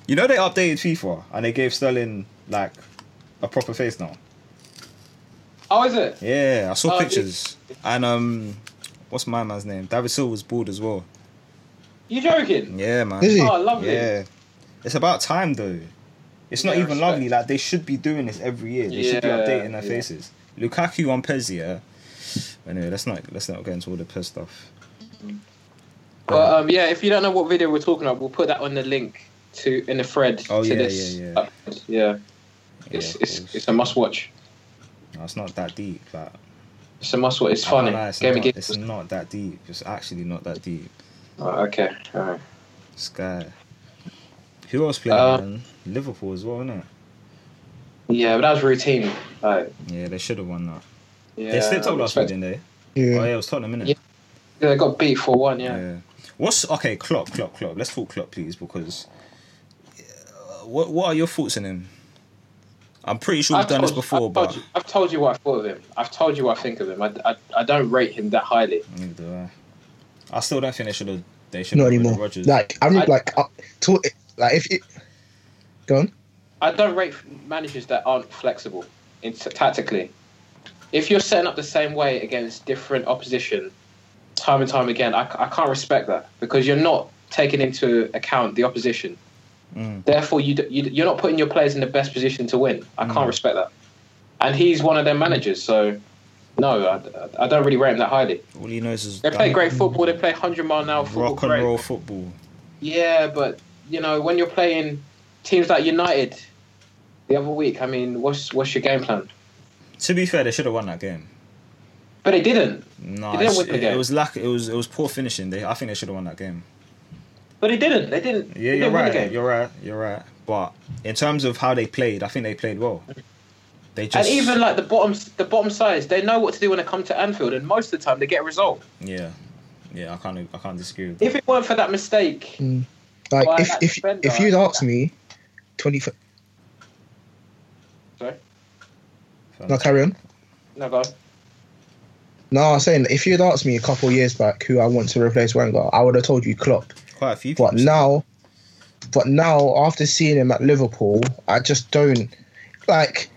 Speaker 3: You know they updated FIFA and they gave Sterling like a proper face now.
Speaker 4: How Oh, is it?
Speaker 3: Yeah, I saw
Speaker 4: Oh,
Speaker 3: pictures. And um, what's my man's name? David Silva's bald as well.
Speaker 4: You joking?
Speaker 3: Yeah, man.
Speaker 5: Is he?
Speaker 4: Oh, lovely.
Speaker 3: Yeah, it's about time though. It's not
Speaker 4: Yeah,
Speaker 3: even
Speaker 4: respect.
Speaker 3: lovely. Like they should be doing this every year. They should be
Speaker 4: Yeah,
Speaker 3: updating their
Speaker 4: yeah.
Speaker 3: faces. Lukaku on Pez, yeah. Anyway, let's not let's not get into all the Pez stuff.
Speaker 4: But um, yeah, if you don't know what video we're talking about, we'll put that on the link to in the thread
Speaker 3: Oh,
Speaker 4: to
Speaker 3: yeah,
Speaker 4: this.
Speaker 3: yeah, yeah.
Speaker 4: upload. yeah.
Speaker 3: Yeah,
Speaker 4: It's
Speaker 3: of
Speaker 4: it's
Speaker 3: course.
Speaker 4: it's a must watch.
Speaker 3: No, it's not that deep. Like,
Speaker 4: It's a must watch. It's
Speaker 3: I can't
Speaker 4: funny.
Speaker 3: lie, it's,
Speaker 4: Game
Speaker 3: not,
Speaker 4: of
Speaker 3: it's
Speaker 4: Games.
Speaker 3: not that deep. It's actually not that deep.
Speaker 4: Oh, okay. All right.
Speaker 3: Sky. Who else playing?
Speaker 4: Uh,
Speaker 3: man? Liverpool as well, innit?
Speaker 4: Yeah, but that was routine. Like,
Speaker 3: Yeah, they should have won that.
Speaker 4: yeah,
Speaker 3: they slipped up last week,
Speaker 4: respect-
Speaker 3: didn't they? Oh
Speaker 5: Yeah.
Speaker 3: yeah, it was Tottenham, innit?
Speaker 4: Yeah. Yeah, they got beat four one. Yeah.
Speaker 3: Yeah. What's okay? Klopp, Klopp, Klopp. Let's talk Klopp, please, because uh, what what are your thoughts on him? I'm pretty sure we've done this
Speaker 4: told-
Speaker 3: before,
Speaker 4: I've
Speaker 3: but
Speaker 4: told, you, I've told you what I thought of him. I've told you what I think of him. I, I, I don't rate him that highly.
Speaker 3: Neither do I. I still don't think they should have. They should have got
Speaker 5: Not
Speaker 3: rid of
Speaker 5: anymore.
Speaker 3: Rodgers.
Speaker 5: Like I'm
Speaker 4: I-
Speaker 5: like uh, to, like if it. Go on.
Speaker 4: I don't rate managers that aren't flexible in, tactically. If you're setting up the same way against different opposition time and time again, I, c- I can't respect that because you're not taking into account the opposition.
Speaker 3: Mm.
Speaker 4: Therefore, you, d- you d- you're not putting your players in the best position to win. I
Speaker 3: Mm.
Speaker 4: can't respect that. And he's one of their managers, so no, I, I don't really rate him that highly.
Speaker 3: all he knows is
Speaker 4: They play
Speaker 3: done-
Speaker 4: great football. They play hundred mile an hour football.
Speaker 3: rock and
Speaker 4: great.
Speaker 3: roll football.
Speaker 4: Yeah, but you know when you're playing teams like United the other week, I mean, what's what's your game plan?
Speaker 3: To be fair, they should have won that game.
Speaker 4: But they didn't.
Speaker 3: No,
Speaker 4: They didn't
Speaker 3: it's-
Speaker 4: win the
Speaker 3: it,
Speaker 4: game.
Speaker 3: it was lack. It was it was poor finishing. They, I think they should have won that game.
Speaker 4: But they didn't. They didn't.
Speaker 3: Yeah,
Speaker 4: they
Speaker 3: you're
Speaker 4: didn't win the
Speaker 3: right.
Speaker 4: game.
Speaker 3: You're right. You're right. But in terms of how they played, I think they played well. They
Speaker 4: and
Speaker 3: just
Speaker 4: even like the bottom, the bottom sides, they know what to do when they come to Anfield, and most of the time they get a result.
Speaker 3: yeah, yeah. I can't. I can't disagree with that.
Speaker 4: If it weren't for that mistake,
Speaker 5: Like
Speaker 4: Why
Speaker 5: if
Speaker 4: that
Speaker 5: if
Speaker 4: defender?
Speaker 5: if you'd asked me, twenty. f-
Speaker 4: sorry,
Speaker 5: No, carry on.
Speaker 4: no go. on.
Speaker 5: No, I was saying if you'd asked me a couple of years back who I want to replace Wenger, I would have told you Klopp.
Speaker 3: Quite a few.
Speaker 5: But
Speaker 3: people-
Speaker 5: now, but now after seeing him at Liverpool, I just don't like.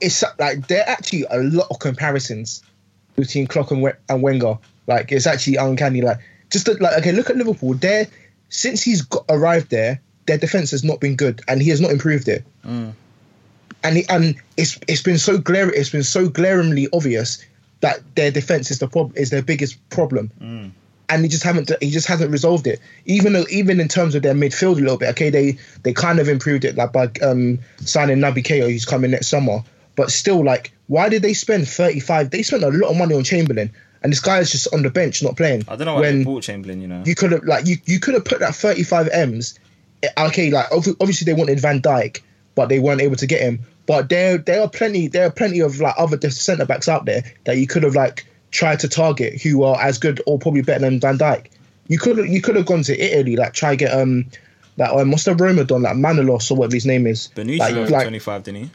Speaker 5: It's like there are actually a lot of comparisons between Klopp and, we- and Wenger. Like it's actually uncanny. Like just look, like okay, look at Liverpool. There, since he's got, arrived there, their defense has not been good, and he has not improved it. And he, and it's it's been so glaring. It's been so glaringly obvious that their defense is the problem is their biggest problem
Speaker 3: Mm.
Speaker 5: and he just haven't he just hasn't resolved it. Even though, even in terms of their midfield a little bit, okay, they they kind of improved it like by um, signing Naby Keita, who's coming next summer. But still, like, why did they spend thirty five? They spent a lot of money on Chamberlain, and this guy is just on the bench not playing.
Speaker 3: I don't know why
Speaker 5: when
Speaker 3: they bought Chamberlain. You know,
Speaker 5: you could have like you, you could have put that thirty five m's. eh, Okay, like obvi- obviously they wanted Van Dyke, but they weren't able to get him. But there there are plenty there are plenty of like other centre backs out there that you could have like tried to target who are as good or probably better than Van Dyke. You could you could have gone to Italy like try get um That um, what's the Roma done? That Manolos or whatever his name is.
Speaker 3: Benucci
Speaker 5: like,
Speaker 3: was
Speaker 5: like,
Speaker 3: 25, didn't he?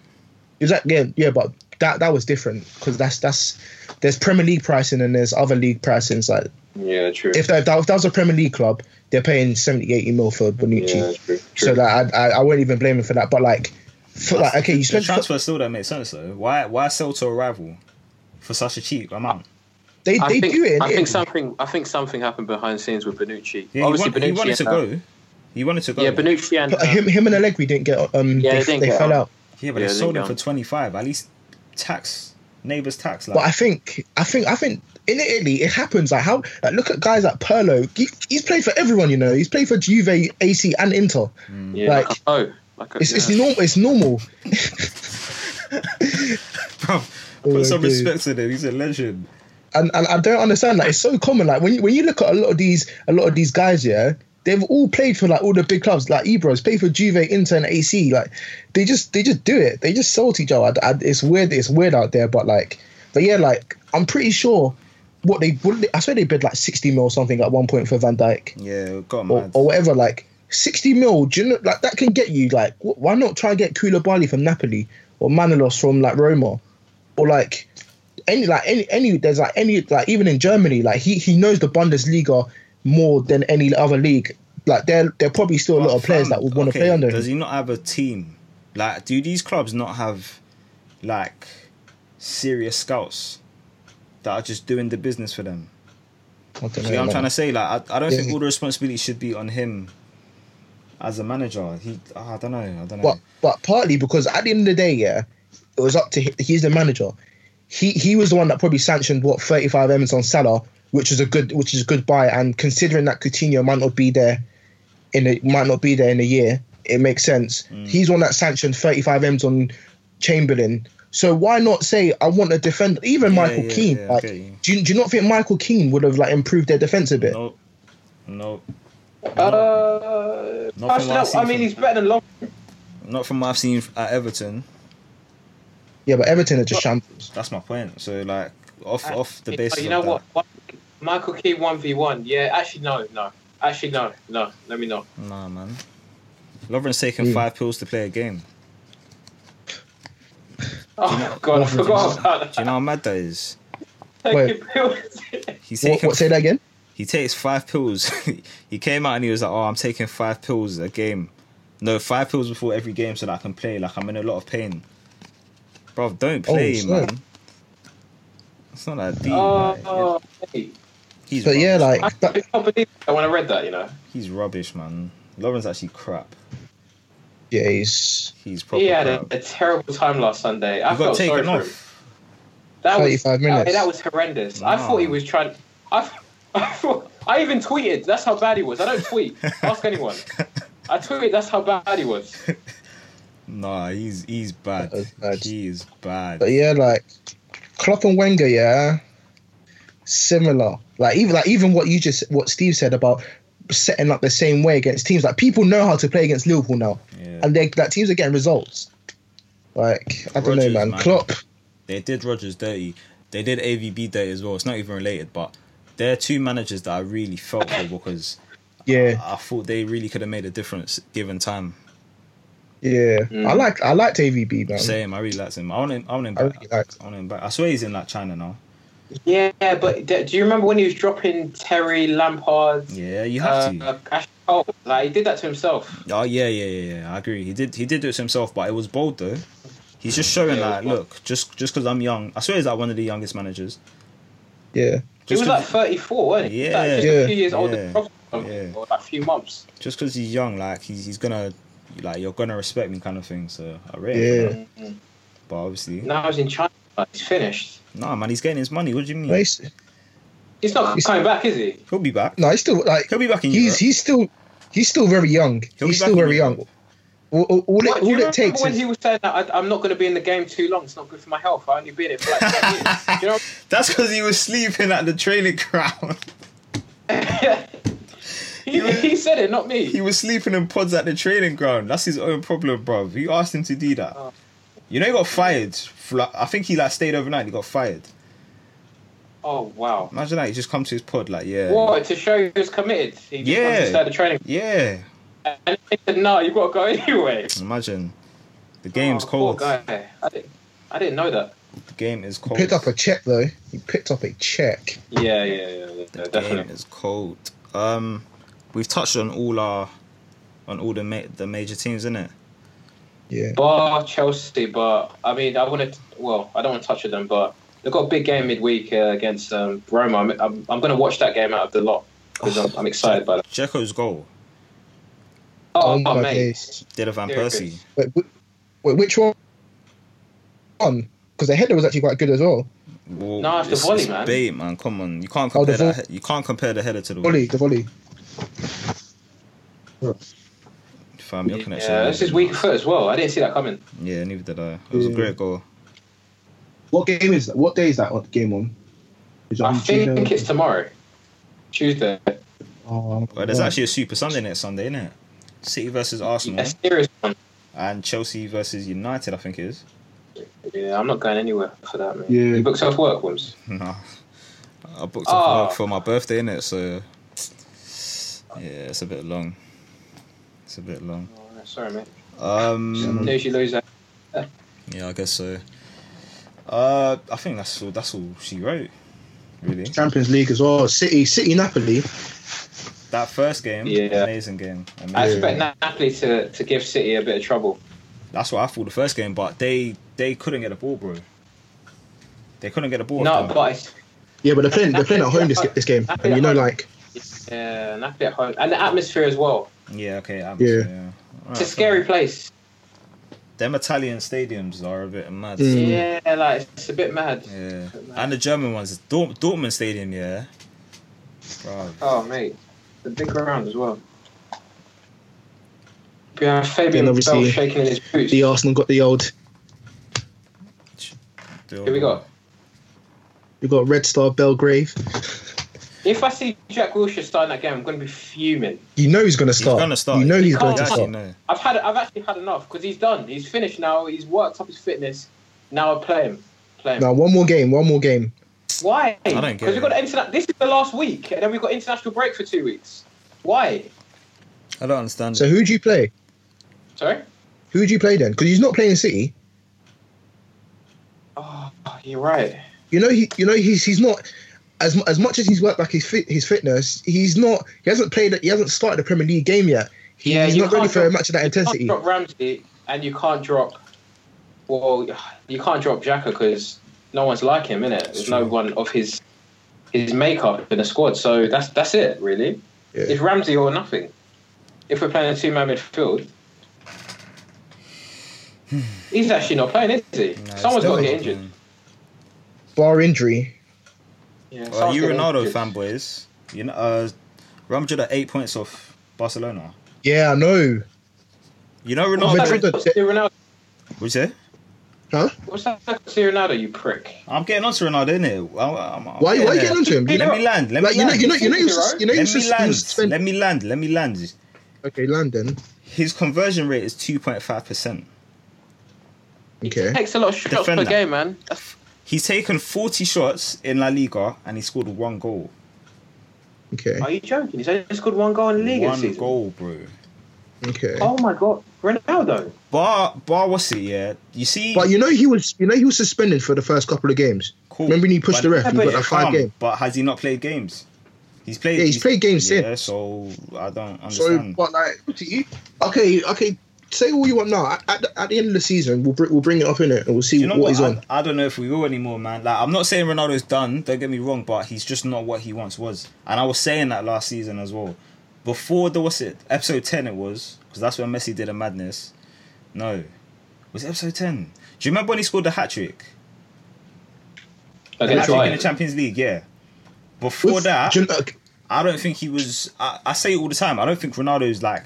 Speaker 5: is that yeah, yeah, but that that was different because that's that's there's Premier League pricing and there's other league pricing. It's Like
Speaker 4: Yeah, true.
Speaker 5: if that, if that if that was a Premier League club, they're paying 70, 80 mil for Bonucci.
Speaker 4: yeah, true.
Speaker 5: So
Speaker 4: true.
Speaker 5: that I, I I won't even blame him for that. But like, for, like okay, you
Speaker 3: The
Speaker 5: spent
Speaker 3: transfer still don't make sense though. Why why sell to a rival for such a cheap amount?
Speaker 5: they
Speaker 4: I
Speaker 5: they
Speaker 4: think,
Speaker 5: do it. In
Speaker 4: I
Speaker 5: Italy.
Speaker 4: think something. I think something happened behind the scenes with Benucci.
Speaker 3: Yeah, he,
Speaker 4: Obviously,
Speaker 3: want-
Speaker 4: Benucci
Speaker 3: he wanted to
Speaker 4: and, uh,
Speaker 3: go. He wanted to go.
Speaker 4: Yeah, Benucci and
Speaker 5: But
Speaker 4: uh,
Speaker 5: him him and Allegri didn't get um
Speaker 4: Yeah,
Speaker 5: they,
Speaker 4: they didn't
Speaker 5: they
Speaker 4: get
Speaker 5: fell
Speaker 4: on.
Speaker 5: out.
Speaker 3: Yeah, but
Speaker 4: Yeah,
Speaker 3: they
Speaker 4: they
Speaker 3: sold him for
Speaker 4: don't.
Speaker 3: 25. At least tax, neighbours tax. Like,
Speaker 5: But I think I think I think in Italy it happens. Like how like look at guys like Perlo. He, he's played for everyone, you know. He's played for Juve, AC, and Inter.
Speaker 4: yeah, like,
Speaker 5: like-
Speaker 4: oh, like a,
Speaker 5: It's it's
Speaker 4: yeah.
Speaker 5: normal. It's normal.
Speaker 3: bro,
Speaker 5: Oh,
Speaker 3: put some
Speaker 5: dude.
Speaker 3: respect to him. He's a legend.
Speaker 5: and, and I don't understand that it's so common. Like when you, when you look at a lot of these a lot of these guys, yeah, they've all played for like all the big clubs. Like Ebro's played for Juve, Inter, and AC. Like they just they just do it. They just sell to each other. I, I- it's weird. It's weird out there, but like, but yeah, like I'm pretty sure what they, what they I swear they bid like 60 mil or something at one point for Van Dyke
Speaker 3: Yeah, got
Speaker 5: or,
Speaker 3: mad.
Speaker 5: or whatever. Like 60 mil, do you know, like that can get you like wh- why not try and get Koulibaly from Napoli or Manolos from like Roma or like any like any any there's like any like even in Germany like he he knows the Bundesliga more than any other league. Like there there are probably still a lot of players that would want to
Speaker 3: Okay,
Speaker 5: play under him.
Speaker 3: Does he not have a team? Like, do these clubs not have like serious scouts that are just doing the business for them?
Speaker 5: I don't
Speaker 3: You know
Speaker 5: know,
Speaker 3: what I'm
Speaker 5: man.
Speaker 3: trying to say? Like, I, I don't
Speaker 5: Yeah.
Speaker 3: think all the responsibility should be on him as a manager. He, ah, I don't know, I don't know.
Speaker 5: But but partly because at the end of the day, yeah, it was up to hi- he's the manager. He he was the one that probably sanctioned what thirty five M's on Salah, which is a good which is a good buy. And considering that Coutinho might not be there in a, might not be there in a year, it makes sense.
Speaker 3: Mm.
Speaker 5: He's the one that sanctioned thirty five M's on Chamberlain. So why not say I want to defend even Michael
Speaker 3: yeah,
Speaker 5: Keane?
Speaker 3: yeah,
Speaker 5: like,
Speaker 3: okay.
Speaker 5: do, you, do you not think Michael Keane would have like improved their defense a bit?
Speaker 3: Nope. Nope.
Speaker 4: Uh,
Speaker 3: Not from what I
Speaker 4: Arsenal,
Speaker 3: see
Speaker 4: I
Speaker 3: from-
Speaker 4: mean, he's better than Long.
Speaker 3: Not from what I've seen at Everton.
Speaker 5: Yeah, but Everton are just shambles.
Speaker 3: That's my point. So like off off the basis.
Speaker 4: Uh, You know
Speaker 3: of
Speaker 4: what? One- Michael Key one v one. Yeah, actually no, no. Actually no, no. Let me know.
Speaker 3: That. Nah, man. Lovren's taking
Speaker 5: Mm.
Speaker 3: five pills to play a game.
Speaker 4: Oh god, I forgot about
Speaker 3: Do you know how mad that is?
Speaker 4: that.
Speaker 5: Wait.
Speaker 3: He's
Speaker 5: What,
Speaker 3: taking
Speaker 5: what say that again?
Speaker 3: he takes five pills. he came out and he was like, "Oh, I'm taking five pills a game. No, five pills before every game so that I can play. Like I'm in a lot of pain, bro. Don't
Speaker 5: Oh,
Speaker 3: play,
Speaker 5: snap.
Speaker 3: man. It's not that deep.
Speaker 4: Oh,
Speaker 3: like,
Speaker 4: oh hey.
Speaker 3: he's
Speaker 5: But yeah,
Speaker 3: rubbish.
Speaker 5: like
Speaker 4: I can't believe that when I read that, you know.
Speaker 3: he's rubbish, man. Lovren's actually crap.
Speaker 5: yeah, he's
Speaker 3: He's probably
Speaker 4: He had
Speaker 3: crap.
Speaker 4: a, a terrible time last Sunday. I
Speaker 3: He got
Speaker 4: felt sorry
Speaker 3: taken
Speaker 4: for him.
Speaker 3: off.
Speaker 4: That was
Speaker 5: 35 minutes.
Speaker 4: That, that was horrendous. I
Speaker 3: No.
Speaker 4: thought he was trying. I, I thought I even tweeted. That's how bad he was. I don't tweet. Ask anyone. I tweeted. That's how bad he was.
Speaker 3: Nah, he's he's bad.
Speaker 5: That was bad.
Speaker 3: He is bad.
Speaker 5: But yeah, like Klopp and Wenger, yeah, similar. Like even like even what you just what Steve said about setting up the same way against teams. Like people know how to play against Liverpool now,
Speaker 3: Yeah.
Speaker 5: and they like teams are getting results. Like I don't
Speaker 3: Rodgers,
Speaker 5: know, man.
Speaker 3: man.
Speaker 5: Klopp,
Speaker 3: They did Rogers dirty. They did AVB dirty as well. It's not even related, but they're two managers that I really felt for because
Speaker 5: yeah,
Speaker 3: I thought they really could have made a difference given time.
Speaker 5: yeah.
Speaker 4: Mm.
Speaker 5: I like I liked AVB, man.
Speaker 3: Same, I really liked him. I want him. I want him
Speaker 5: Um, I
Speaker 3: back.
Speaker 5: really liked.
Speaker 3: I want him back. I swear he's in like China now.
Speaker 4: Yeah, but d- do you remember when he was dropping Terry Lampard?
Speaker 3: Yeah, you
Speaker 4: Uh,
Speaker 3: have to.
Speaker 4: Ash Cole? Like he did that to himself.
Speaker 3: Oh yeah, yeah, yeah, yeah. I agree. He did. He did do it to himself, but it was bold though. He's just showing
Speaker 4: Yeah,
Speaker 3: like,
Speaker 4: it was
Speaker 3: look, just just because I'm young, I swear he's like one of the youngest managers.
Speaker 5: Yeah,
Speaker 4: He
Speaker 3: Just 'cause-
Speaker 4: was like 34, wasn't he? He was, like,
Speaker 3: Yeah.
Speaker 4: just
Speaker 5: Yeah.
Speaker 4: a few years older.
Speaker 3: Yeah.
Speaker 4: than Klopp or something,
Speaker 3: Yeah.
Speaker 4: or like a few months.
Speaker 3: just because he's young, like he's he's gonna like you're gonna respect me kind of thing. So I rate him.
Speaker 4: Mm.
Speaker 5: yeah.
Speaker 3: But obviously, no,
Speaker 4: Now he's in China. like, He's finished.
Speaker 3: man, he's getting his money. What do you mean?
Speaker 5: No, he's,
Speaker 4: He's not
Speaker 5: He's-
Speaker 4: coming back, is he?
Speaker 3: He'll be back.
Speaker 5: no, he's still like
Speaker 3: He'll be back in
Speaker 5: he's
Speaker 3: Europe.
Speaker 5: he's still he's still very young.
Speaker 3: He'll be
Speaker 5: he's
Speaker 3: back
Speaker 5: still
Speaker 3: in
Speaker 5: very
Speaker 3: Europe.
Speaker 5: young. All, all, all
Speaker 4: What,
Speaker 5: it,
Speaker 4: do you
Speaker 5: all it
Speaker 4: remember
Speaker 5: takes
Speaker 4: when
Speaker 5: is
Speaker 4: he was saying that I, I'm not going to be in the game too long? It's not good for my health. I only been in it for like ten years. You know?
Speaker 3: That's because he was sleeping at the training ground.
Speaker 4: He, he said it, not me.
Speaker 3: he was sleeping in pods at the training ground. That's his own problem, bruv. Who asked him to do that?
Speaker 4: Oh.
Speaker 3: You know, he got fired. for, like- I think he like stayed overnight. He got fired.
Speaker 4: Oh wow!
Speaker 3: Imagine that. He just come to his pod like, yeah,
Speaker 4: What to show he was committed? He just
Speaker 3: Yeah.
Speaker 4: wanted to start the training.
Speaker 3: yeah.
Speaker 4: And they said, no, you've got to go anyway.
Speaker 3: Imagine. The game's
Speaker 4: Oh,
Speaker 3: cold.
Speaker 4: Poor guy. I didn't, I didn't know that.
Speaker 3: The game is cold.
Speaker 5: Picked up a check though. He picked up a check.
Speaker 4: Yeah, yeah, yeah, yeah, yeah
Speaker 3: the game
Speaker 4: definitely.
Speaker 3: is cold. Um, we've touched on all our, on all the ma- the major teams, innit?
Speaker 5: Yeah.
Speaker 4: Bar Chelsea, but I mean, I want to. Well, I don't want to touch with them, but they've got a big game midweek uh, against um, Roma. I'm, I'm, I'm going to watch that game out of the lot because I'm, I'm excited by that.
Speaker 3: Jekyll's goal.
Speaker 4: Oh,
Speaker 5: Oh my
Speaker 4: mate,
Speaker 5: days.
Speaker 3: Did a Van
Speaker 4: Very good.
Speaker 3: Persie.
Speaker 5: Wait, wh- wait, which one? On because the header was actually quite good as well.
Speaker 3: Well,
Speaker 4: No, it's the volley, man.
Speaker 3: bait, man. Come on, you can't
Speaker 5: Oh,
Speaker 3: compare
Speaker 5: the
Speaker 3: that.
Speaker 5: vo-
Speaker 3: he- You can't compare the header to the
Speaker 5: Volley, the volley.
Speaker 3: Fam, your connection.
Speaker 4: yeah, this is weak foot as well. I didn't see that coming.
Speaker 3: Yeah, neither did I. It was a
Speaker 5: Yeah.
Speaker 3: great goal.
Speaker 5: What game is that? What day is that on- game on? Is it
Speaker 4: I
Speaker 5: on
Speaker 4: think
Speaker 5: Tuesday?
Speaker 4: it's tomorrow, Tuesday.
Speaker 5: Oh,
Speaker 3: Well, there's
Speaker 5: yeah.
Speaker 3: actually a Super Sunday next Sunday, innit? City versus Arsenal
Speaker 4: A serious one.
Speaker 3: and Chelsea versus United, I think it is.
Speaker 4: Yeah, I'm not going anywhere for that, man.
Speaker 5: Yeah.
Speaker 4: You booked off work, Wims.
Speaker 3: Nah. I booked off
Speaker 4: Oh.
Speaker 3: work for my birthday, innit? So, yeah, it's a bit long. It's a bit long.
Speaker 4: Alright, Sorry, mate.
Speaker 3: Um,
Speaker 4: News you lose that.
Speaker 3: yeah, I guess so. Uh, I think that's all. That's all she wrote, really.
Speaker 5: Champions League as well. City, City, Napoli.
Speaker 3: That first game,
Speaker 4: Yeah.
Speaker 3: amazing game. Amazing.
Speaker 4: I expect Napoli to, to give City a bit of trouble.
Speaker 3: That's what I thought the first game, but they they couldn't get a ball, bro. They couldn't get a ball.
Speaker 4: No,
Speaker 3: though.
Speaker 4: but it's,
Speaker 5: Yeah, but they're playing. They're playing at home this this game, and you know, like
Speaker 4: yeah, Napoli at home and the atmosphere as well.
Speaker 3: yeah, okay, I'm,
Speaker 5: Yeah.
Speaker 4: It's a scary place.
Speaker 3: Them Italian stadiums are a bit mad.
Speaker 5: Mm.
Speaker 4: Yeah, like it's a bit mad.
Speaker 3: Yeah,
Speaker 4: Bit mad.
Speaker 3: and the German ones, Dort- Dortmund Stadium, yeah. Bro,
Speaker 4: Oh, mate, the big round as well. We have
Speaker 5: Then
Speaker 4: Fabian Bell
Speaker 5: obviously
Speaker 4: shaking in his boots.
Speaker 5: the Arsenal got the old.
Speaker 4: Here we go.
Speaker 5: We got Red Star Belgrave.
Speaker 4: If I see Jack Wilshere starting that game, I'm going to be fuming.
Speaker 5: You know he's gonna start.
Speaker 3: gonna start.
Speaker 5: You know he's
Speaker 4: You
Speaker 5: going to
Speaker 4: can't-
Speaker 5: start.
Speaker 3: No.
Speaker 4: I've had, I've actually had enough because he's done. He's finished now. He's worked up his fitness. Now I play him. Play him.
Speaker 5: Now one more game. One more game.
Speaker 4: Why?
Speaker 3: don't get
Speaker 4: Because
Speaker 3: it.
Speaker 4: we've got interna- This is the last week, and then we've got international break for two weeks. Why?
Speaker 3: I don't understand.
Speaker 5: So who do you play?
Speaker 4: Sorry.
Speaker 5: Who would you play then? Because he's not playing City.
Speaker 4: Oh, you're right.
Speaker 5: You know he. You know he's he's not. As, mu- as much as he's worked back his fit, his fitness, he's not. He hasn't played. He hasn't started a Premier League game yet. He-
Speaker 4: Yeah,
Speaker 5: he's
Speaker 4: you
Speaker 5: not ready
Speaker 4: can't
Speaker 5: for a
Speaker 4: drop-
Speaker 5: match of that intensity.
Speaker 4: You can't drop Ramsey, and you can't drop. Well, you can't drop Xhaka because no one's like him, innit? There's no
Speaker 3: true.
Speaker 4: one of his his makeup in the squad. So that's that's it, really.
Speaker 5: Yeah.
Speaker 4: It's Ramsey or nothing. If we're playing a two-man midfield, he's actually not playing, is he?
Speaker 3: Nah, it's
Speaker 4: Someone's got to
Speaker 3: difficult,
Speaker 4: get injured.
Speaker 3: man.
Speaker 5: Bar injury.
Speaker 4: Yeah,
Speaker 3: Well,
Speaker 4: someone's
Speaker 3: you
Speaker 4: getting
Speaker 3: Ronaldo
Speaker 4: injured.
Speaker 3: fanboys, you know, uh, Real Madrid are eight points off Barcelona.
Speaker 5: Yeah, I know.
Speaker 3: You know
Speaker 5: Well,
Speaker 3: Ronaldo.
Speaker 5: Madrid-
Speaker 4: What's that Ronaldo?
Speaker 3: What you say?
Speaker 5: Huh?
Speaker 4: What's that Ronaldo? You prick.
Speaker 3: I'm getting onto Ronaldo, innit? Why, why
Speaker 5: Why, why are you getting onto him? You
Speaker 3: Let
Speaker 5: know,
Speaker 3: me land. Let me
Speaker 5: like you know,
Speaker 3: land.
Speaker 5: you know, you know, you know, you know, you
Speaker 3: Let me land.
Speaker 5: suspend.
Speaker 3: Let me land. Let me land.
Speaker 5: Okay, land then.
Speaker 3: His conversion rate is two point five percent.
Speaker 5: Okay.
Speaker 4: Takes a lot of shots
Speaker 3: Defend
Speaker 4: per
Speaker 3: that.
Speaker 4: game, man. That's-
Speaker 3: He's taken forty shots in La Liga and he scored one goal.
Speaker 5: Okay.
Speaker 4: Are you joking? He's only scored one goal in the league this
Speaker 3: one
Speaker 4: season.
Speaker 3: goal, bro.
Speaker 5: Okay.
Speaker 4: Oh my god, Ronaldo.
Speaker 3: Bar Bar what's it? Yeah, you see.
Speaker 5: But you know he was, you know he was suspended for the first couple of games.
Speaker 3: Cool.
Speaker 5: Remember when he pushed
Speaker 3: But-
Speaker 5: the ref? He
Speaker 4: Yeah,
Speaker 5: got
Speaker 4: but
Speaker 5: like five
Speaker 3: Calm,
Speaker 5: games.
Speaker 3: But has he not played games? He's played.
Speaker 5: Yeah, he's played games
Speaker 3: Yeah, so I don't
Speaker 5: So,
Speaker 3: understand.
Speaker 5: but like, to you- okay, okay. Say all you want now. At, at, the- at the end of the season, we'll br- we'll bring it up in it and we'll see
Speaker 3: Do you know
Speaker 5: what,
Speaker 3: what?
Speaker 5: he's on.
Speaker 3: I, I don't know if we will anymore, man. Like, I'm not saying Ronaldo's done. Don't get me wrong, but he's just not what he once was. And I was saying that last season as well. Before the what's it episode ten? It was because that's when Messi did a madness. No, was it episode ten? Do you remember when he scored the hat trick? The hat trick
Speaker 5: Against
Speaker 3: in the
Speaker 5: Brighton.
Speaker 3: Champions League, yeah. Before that,
Speaker 5: Do you know- okay,
Speaker 3: I don't think he was. I, I say it all the time. I don't think Ronaldo's like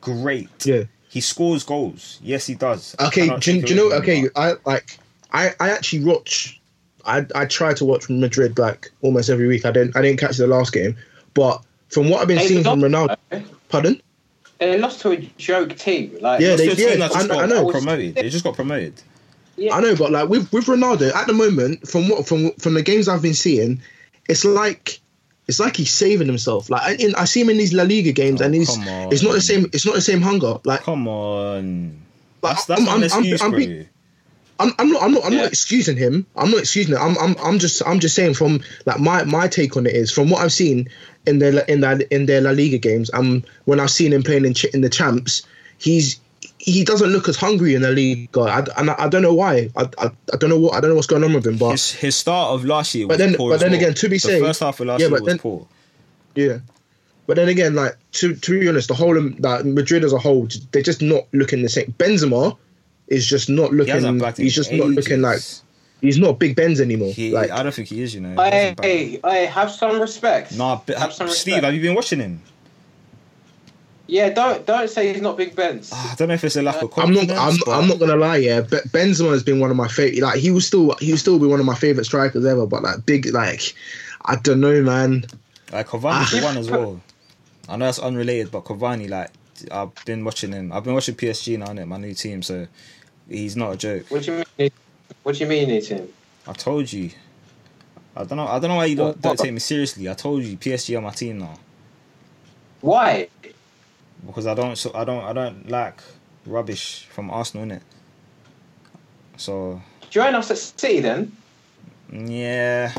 Speaker 3: great.
Speaker 5: Yeah.
Speaker 3: He scores goals. Yes, he does. I
Speaker 5: okay.
Speaker 3: cannot
Speaker 5: Do, you-
Speaker 3: take
Speaker 5: do you
Speaker 3: away
Speaker 5: know?
Speaker 3: from him,
Speaker 5: Okay,
Speaker 3: but
Speaker 5: I like, I I actually watch. I I try to watch Madrid like almost every week. I didn't I didn't catch the last game, but from what I've been
Speaker 4: Hey,
Speaker 5: seeing from Ronaldo,
Speaker 4: Ronaldo.
Speaker 5: pardon.
Speaker 4: They lost to a joke team. Like,
Speaker 5: Yeah, they-
Speaker 3: it's your team
Speaker 5: yeah,
Speaker 3: that just
Speaker 5: I- I
Speaker 3: got
Speaker 5: know.
Speaker 3: promoted. They just got promoted.
Speaker 5: I know, but like with with Ronaldo at the moment, from what from from the games I've been seeing, it's like It's like he's saving himself. Like I, in, I see him in these La Liga games,
Speaker 3: Oh,
Speaker 5: and he's
Speaker 3: come on.
Speaker 5: it's not the same. It's not the same hunger. Like,
Speaker 3: Come on.
Speaker 5: like
Speaker 3: That's, that's
Speaker 5: I'm,
Speaker 3: not
Speaker 5: I'm,
Speaker 3: an excuse,
Speaker 5: I'm, I'm,
Speaker 3: bro.
Speaker 5: be- I'm, I'm not. I'm not. I'm
Speaker 4: Yeah.
Speaker 5: not excusing him. I'm not excusing. Him. I'm. I'm. I'm just. I'm just saying from like my my take on it is from what I've seen in their in their in their La Liga games. Um, when I've seen him playing in ch- in the champs, he's he doesn't look as hungry in the league. I, and I, I don't know why. I, I, I don't know what I don't know what's going on with him. But
Speaker 3: his, his start of last year was
Speaker 5: But then-
Speaker 3: poor
Speaker 5: but
Speaker 3: as
Speaker 5: then
Speaker 3: well.
Speaker 5: again, to be
Speaker 3: the
Speaker 5: safe-
Speaker 3: first half of last
Speaker 5: yeah,
Speaker 3: year
Speaker 5: but
Speaker 3: was
Speaker 5: then-
Speaker 3: poor.
Speaker 5: yeah, but then again, like to to be honest, the whole like, Madrid as a whole, they're just not looking the same. Benzema is just not
Speaker 3: He hasn't
Speaker 5: looking.
Speaker 3: blacked
Speaker 5: He's
Speaker 3: in
Speaker 5: just not looking like
Speaker 3: ages.
Speaker 5: he's not Big Benz anymore.
Speaker 3: He,
Speaker 5: like
Speaker 3: I don't think he is. You know. He
Speaker 4: Hey,
Speaker 3: hasn't blacked in-
Speaker 4: hey, hey, have some respect.
Speaker 3: Nah, but, uh,
Speaker 4: have some
Speaker 3: Steve,
Speaker 4: respect.
Speaker 3: have you been watching him?
Speaker 4: Yeah, don't don't say he's not Big Ben's.
Speaker 3: Ah, I don't know if it's a lack of
Speaker 5: I'm
Speaker 3: confidence.
Speaker 5: not. I'm,
Speaker 3: but
Speaker 5: I'm not gonna lie. Yeah, but Benzema has been one of my favorite. Like he was still. He will still be one of my favorite strikers ever. But like big. Like I don't know, man.
Speaker 3: Like Cavani's the
Speaker 5: Ah.
Speaker 3: one as well. I know that's unrelated, but Cavani, like, I've been watching him. I've been watching PSG now, innit? My new team, so he's not a joke.
Speaker 4: What do you mean? What do you mean it's him?
Speaker 3: I told you. I don't know. I don't know why you don't,
Speaker 4: What-
Speaker 3: don't
Speaker 4: what-
Speaker 3: take me seriously. I told you PSG are my team now
Speaker 4: Why?
Speaker 3: because I don't. So I don't. I don't like rubbish from Arsenal, innit? So
Speaker 4: Join us at City then.
Speaker 3: yeah,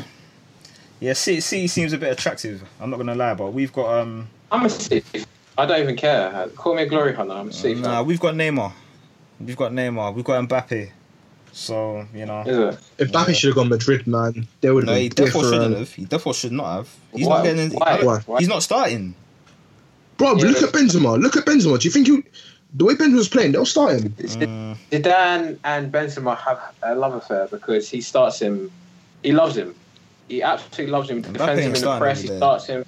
Speaker 3: yeah. C C seems a bit attractive. I'm not gonna lie, but we've got um.
Speaker 4: I'm a City. fan. I don't even care. Call me a glory hunter. I'm a City. fan.
Speaker 3: Nah, we've got Neymar. We've got Neymar. We've got Mbappe. So you know.
Speaker 4: Is it?
Speaker 5: If Mbappe should have gone Madrid, man, there would
Speaker 3: No,
Speaker 5: have been
Speaker 3: he therefore shouldn't
Speaker 5: different.
Speaker 3: have. He therefore should not have. He's
Speaker 4: Why?
Speaker 3: not getting.
Speaker 4: Why?
Speaker 3: I don't-
Speaker 4: Why?
Speaker 3: He's not starting.
Speaker 5: Bro,
Speaker 4: Yeah,
Speaker 5: look
Speaker 4: but-
Speaker 5: at Benzema. Look at Benzema. Do you think you? The way Benzema's playing, they'll start him.
Speaker 4: Zidane and Benzema have a love affair because he starts him. He loves him. He absolutely loves him. Defends
Speaker 3: ain't
Speaker 4: him in the
Speaker 3: starting
Speaker 4: press.
Speaker 3: every
Speaker 4: He
Speaker 3: day.
Speaker 4: starts him.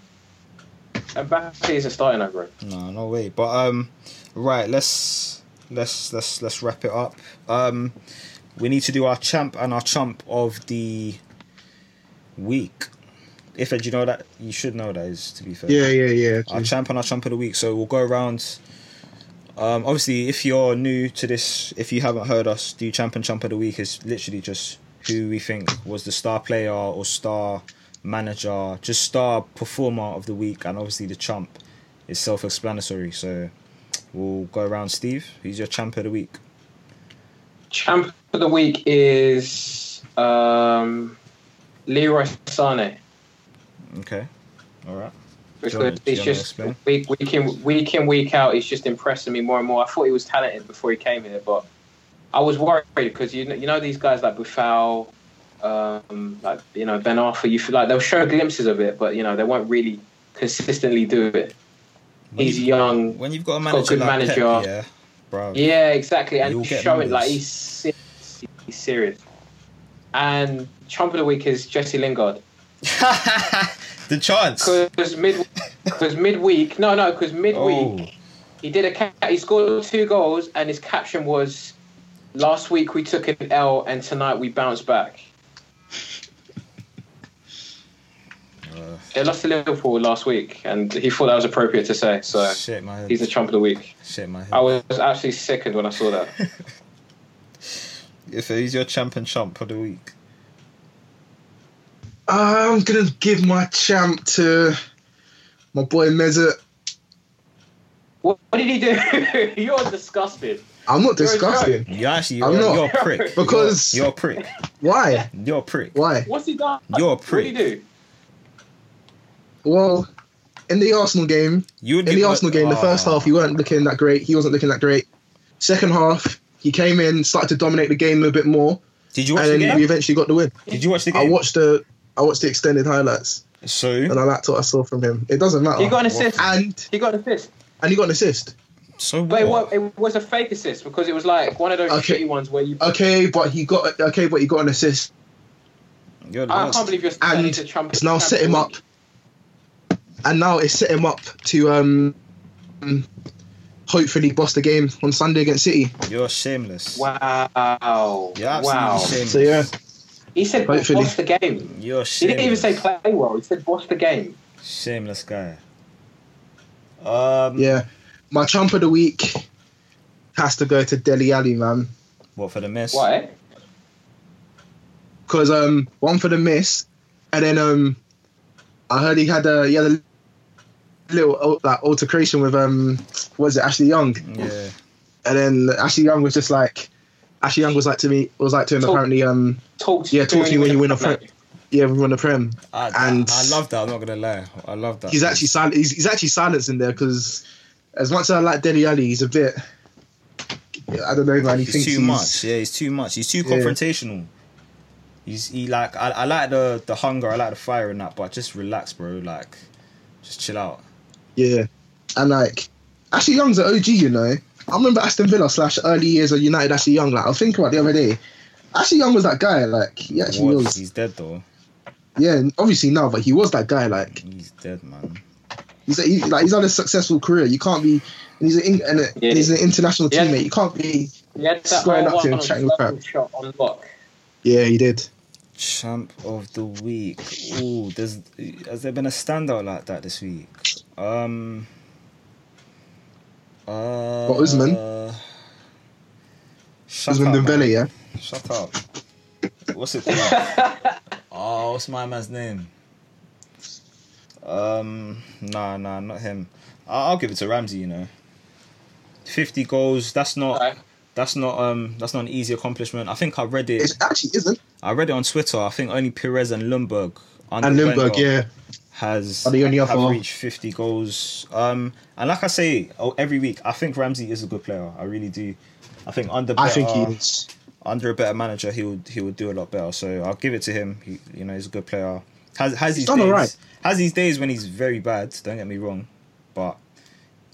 Speaker 4: And Mbappe isn't starting over him.
Speaker 3: No, no way. But um, right. Let's let's let's let's wrap it up. Um, we need to do our champ and our chump of the week. If do you know that you should know that is to be fair.
Speaker 5: Yeah, yeah, yeah.
Speaker 3: our champ and our champ of the week. So we'll go around. Um, obviously, if you're new to this, if you haven't heard us do champ and champ of the week, is literally just who we think was the star player or star manager, just star performer of the week, and obviously the champ is self-explanatory. So we'll go around. Steve, who's your champ of the week?
Speaker 4: Champ of the week is um, Leroy Sane.
Speaker 3: Okay, all right. Do you wanna-
Speaker 4: because
Speaker 3: do you
Speaker 4: he's
Speaker 3: wanna
Speaker 4: just
Speaker 3: explain?
Speaker 4: week, week in week in week out. He's just impressing me more and more. I thought he was talented before he came here, but I was worried because you know, you know these guys like Buffal, um, like you know Ben Arthur. You feel like they'll show glimpses of it, but you know they won't really consistently do it. He's young.
Speaker 3: When you've got a
Speaker 4: got
Speaker 3: manager
Speaker 4: a good
Speaker 3: like Pep,
Speaker 4: manager.
Speaker 3: yeah, bro.
Speaker 4: Yeah, exactly, and
Speaker 3: You'll
Speaker 4: he's
Speaker 3: get
Speaker 4: showing like
Speaker 3: numbers.
Speaker 4: he's serious. he's serious. And champ of the week is Jesse Lingard.
Speaker 3: the chance.
Speaker 4: Because mid, because midweek, no, no, because midweek,
Speaker 3: Oh.
Speaker 4: he did a ca He scored two goals, and his caption was, "Last week we took an L, and tonight we bounced back."
Speaker 3: Uh,
Speaker 4: They lost to Liverpool last week, and he thought that was appropriate to say. So
Speaker 3: Shit, my head.
Speaker 4: he's the chump of the week.
Speaker 3: Shit, my head.
Speaker 4: I was actually sickened when I saw that.
Speaker 3: If he's your champ and chump of the week.
Speaker 5: Ah, I'm gonna give my champ to my boy Mesut.
Speaker 4: What, what did he do? You're disgusted.
Speaker 5: I'm not
Speaker 4: You're a
Speaker 5: disgusting.
Speaker 3: You're actually you're,
Speaker 5: I'm not.
Speaker 3: you're a prick.
Speaker 5: Because-
Speaker 3: you're, you're a prick.
Speaker 5: Why?
Speaker 3: You're a prick.
Speaker 5: Why?
Speaker 4: What's he done?
Speaker 3: You're a
Speaker 4: What did
Speaker 3: prick.
Speaker 4: he do?
Speaker 5: Well, in the Arsenal game,
Speaker 3: You would
Speaker 5: in
Speaker 3: give
Speaker 5: the
Speaker 3: a-
Speaker 5: Arsenal game, the first
Speaker 3: Ah.
Speaker 5: half he weren't looking that great. He wasn't looking that great. Second half, he came in, started to dominate the game a bit more,
Speaker 3: Did you watch
Speaker 5: and
Speaker 3: the
Speaker 5: then we
Speaker 3: game?
Speaker 5: eventually got the win.
Speaker 3: Did you watch the
Speaker 5: I
Speaker 3: game?
Speaker 5: watched the I watched the extended highlights, and
Speaker 3: So
Speaker 5: I liked what I saw from him. It doesn't matter.
Speaker 4: He
Speaker 3: Oh,
Speaker 4: got an assist.
Speaker 5: and
Speaker 4: He got an assist.
Speaker 5: and he got an assist.
Speaker 3: so
Speaker 4: But it was,
Speaker 3: what?
Speaker 4: it was a fake assist because it was like one of those
Speaker 5: Okay.
Speaker 4: shitty ones where you.
Speaker 5: Okay, but he got okay, but he got an assist,
Speaker 3: You're the
Speaker 4: I
Speaker 3: worst.
Speaker 4: can't believe you're
Speaker 5: and
Speaker 4: saying to Trump.
Speaker 5: it's now
Speaker 4: Trump-
Speaker 5: set him up. And now it's set him up to um, um, hopefully boss the game on Sunday against City.
Speaker 3: You're shameless.
Speaker 4: Wow.
Speaker 3: You're absolutely
Speaker 4: wow.
Speaker 3: shameless.
Speaker 5: So yeah,
Speaker 4: He said,
Speaker 5: Hopefully.
Speaker 4: "What's the game?"
Speaker 3: You're shameless.
Speaker 4: He didn't even say play well. He said, "What's the game?"
Speaker 3: shameless guy. Um,
Speaker 5: yeah. My chump of the week has to go to Deli Ali, man.
Speaker 3: What for the miss?
Speaker 4: Why?
Speaker 5: because um, one for the miss, and then um, I heard he had a he had a little al- like altercation with um was it Ashley Young,
Speaker 3: Yeah.
Speaker 5: and then Ashley Young was just like Ashley Young was like to me was like to him
Speaker 4: Talk-
Speaker 5: apparently um
Speaker 4: Talk to
Speaker 5: Yeah, talk to you when you win a
Speaker 4: No.
Speaker 5: friend. yeah we won the prem
Speaker 3: I,
Speaker 5: and
Speaker 3: I, I love that. I'm not gonna lie. I love that.
Speaker 5: he's actually silent he's, he's actually silenced in there because as much as I like Deli Ali he's a bit I don't know man he
Speaker 3: he's
Speaker 5: thinks
Speaker 3: too
Speaker 5: he's,
Speaker 3: much. Yeah, he's too much. He's too
Speaker 5: Yeah.
Speaker 3: confrontational. He's he like I, I like the the hunger. I like the fire and that, but just relax, bro. Like, just chill out.
Speaker 5: Yeah, and like Ashley Young's an OG, you know. I remember Aston Villa slash early years of United Ashley Young. Like I was thinking about the other day, Ashley Young was that guy. Like he actually
Speaker 3: What?
Speaker 5: was.
Speaker 3: He's dead though.
Speaker 5: Yeah, and obviously now, but he was that guy. Like
Speaker 3: He's dead, man.
Speaker 5: he's he, like he's had a successful career. You can't be. And he's an Eng- and, a,
Speaker 4: Yeah.
Speaker 5: and he's an international
Speaker 4: Yeah.
Speaker 5: teammate. You can't be.
Speaker 4: He had that
Speaker 5: Squaring up to him,
Speaker 4: R1
Speaker 5: chatting with crap.
Speaker 4: shot on lock.
Speaker 5: Yeah, he did.
Speaker 3: Champ of the week. Ooh, there's has there been a standout like that this week? Um. Uh,
Speaker 5: What, Usman?
Speaker 3: Shut
Speaker 5: Usman
Speaker 3: up, man.
Speaker 5: Dembele, yeah.
Speaker 3: Shut up. What's it called? oh, what's my man's name? Um, nah, nah, not him. I'll, I'll give it to Ramsey. You know, fifty goals. That's not.
Speaker 4: Alright.
Speaker 3: That's not. Um, that's not an easy accomplishment. I think I read it.
Speaker 5: It actually isn't.
Speaker 3: I read it on Twitter. I think only Perez and Lundberg. under
Speaker 5: And Lindbergh,
Speaker 3: Wenger
Speaker 5: yeah,
Speaker 3: has
Speaker 5: Are the only
Speaker 3: have
Speaker 5: other-
Speaker 3: reached 50 goals. Um, and like I say oh, every week, I think Ramsey is a good player. I really do. I think under better,
Speaker 5: I think he is.
Speaker 3: under a better manager, he would he would do a lot better. So I'll give it to him. He, you know, he's a good player. Has has his
Speaker 5: done
Speaker 3: days,
Speaker 5: alright.
Speaker 3: has his days when he's very bad. Don't get me wrong, but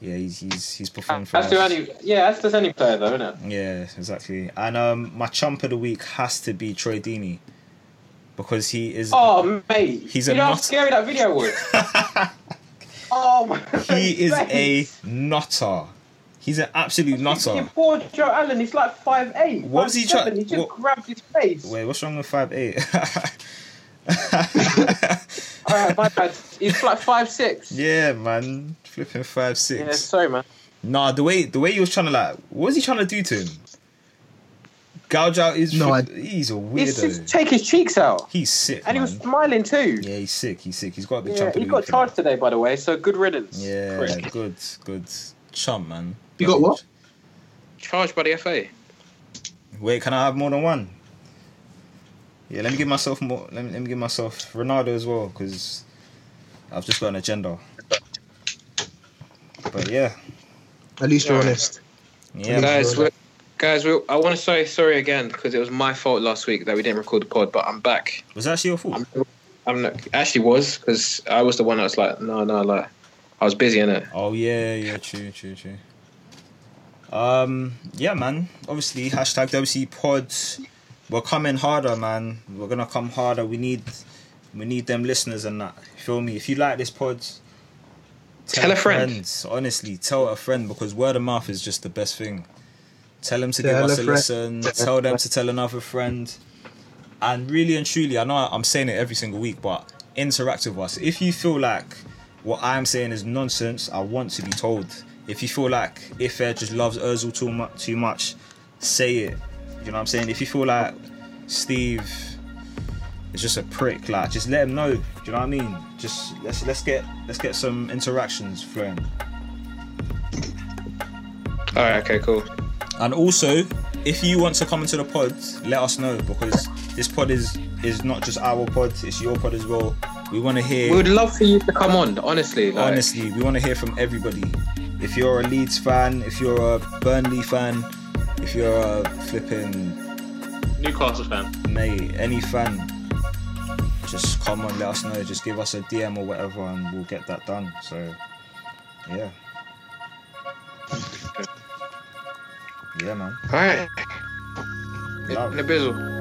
Speaker 3: yeah, he's he's he's performed for
Speaker 4: As to
Speaker 3: us.
Speaker 4: any, yeah, as does any player though, isn't it?
Speaker 5: Mm.
Speaker 3: Yeah, exactly. And um, my chump of the week has to be Troy Deeney because he is
Speaker 4: Oh mate,
Speaker 3: He's
Speaker 4: you
Speaker 3: a
Speaker 4: know how
Speaker 3: nut.
Speaker 4: scary that video was. oh my.
Speaker 3: he is a
Speaker 4: mate.
Speaker 3: nutter. He's an absolute
Speaker 4: Your
Speaker 3: nutter.
Speaker 4: poor Joe Allen, he's like five eight.
Speaker 3: What was he try-
Speaker 4: He just
Speaker 3: what-
Speaker 4: grabbed his face.
Speaker 3: Wait, what's wrong with five eight?
Speaker 4: All right, my bad. He's like five six.
Speaker 3: yeah, man, flipping five
Speaker 4: Yeah,
Speaker 3: six.
Speaker 4: sorry, man.
Speaker 3: Nah, the way the way he was trying to like, what was he trying to do to him? Gouge out his.
Speaker 5: No, I-
Speaker 3: he's a
Speaker 4: He's just
Speaker 3: weirdo.
Speaker 4: take his cheeks out,
Speaker 3: He's sick,
Speaker 4: and
Speaker 3: man.
Speaker 4: he was smiling too.
Speaker 3: Yeah, he's sick. He's sick. He's got the
Speaker 4: Yeah,
Speaker 3: chump. of
Speaker 4: he
Speaker 3: the
Speaker 4: got
Speaker 3: week for that.
Speaker 4: charged today, by the way. So good riddance.
Speaker 3: Yeah,
Speaker 4: Prick.
Speaker 3: good, good chump, man.
Speaker 5: You got what?
Speaker 4: charged by the FA.
Speaker 3: Wait, can I have more than one? Yeah, let me give myself more. Let me, let me give myself Ronaldo as well because I've just got an agenda. But yeah,
Speaker 5: At least you're
Speaker 4: Yeah.
Speaker 5: honest.
Speaker 3: yeah, man.
Speaker 5: Guys, Guys, we're-
Speaker 4: guys, we, I want to say sorry again because it was my fault last week that we didn't record the pod, but I'm back.
Speaker 3: was that actually your fault?
Speaker 4: I'm, I'm not, actually was because I was the one that was like, no, no, like I was busy in it.
Speaker 3: Oh yeah, yeah, true, true, true. Um, yeah, man. Obviously, hashtag WC Pods. We're coming harder, man. We're gonna come harder. We need, we need them listeners and that. Feel me? If you like this pod,
Speaker 4: Tell a friend.
Speaker 3: friends. Honestly, tell a friend because word of mouth is just the best thing. Tell them to
Speaker 5: Tell
Speaker 3: give
Speaker 5: a
Speaker 3: us a,
Speaker 5: friend.
Speaker 3: listen.
Speaker 5: Tell a
Speaker 3: Tell them
Speaker 5: friend.
Speaker 3: to tell another friend. And really and truly, I know I'm saying it every single week, but interact with us. If you feel like what I'm saying is nonsense, I want to be told. If you feel like Ife just loves Özil too much, too much, say it. You know what I'm saying? If you feel like Steve is just a prick, like just let him know. Do you know what I mean? Just let's let's get let's get some interactions flowing.
Speaker 4: All right, okay, cool.
Speaker 3: And also, if you want to come into the pod, let us know because this pod is is not just our pod; it's your pod as well. We want to hear.
Speaker 4: We would love for you to come on, honestly. Like,
Speaker 3: honestly, we want to hear from everybody. If you're a Leeds fan, if you're a Burnley fan, if you're a flipping
Speaker 6: Newcastle fan.
Speaker 3: mate, any fan, just come on, let us know. Just give us a DM or whatever, and we'll get that done. So, yeah, yeah, man.
Speaker 4: All right. In,
Speaker 3: Love.
Speaker 4: in a bizzle.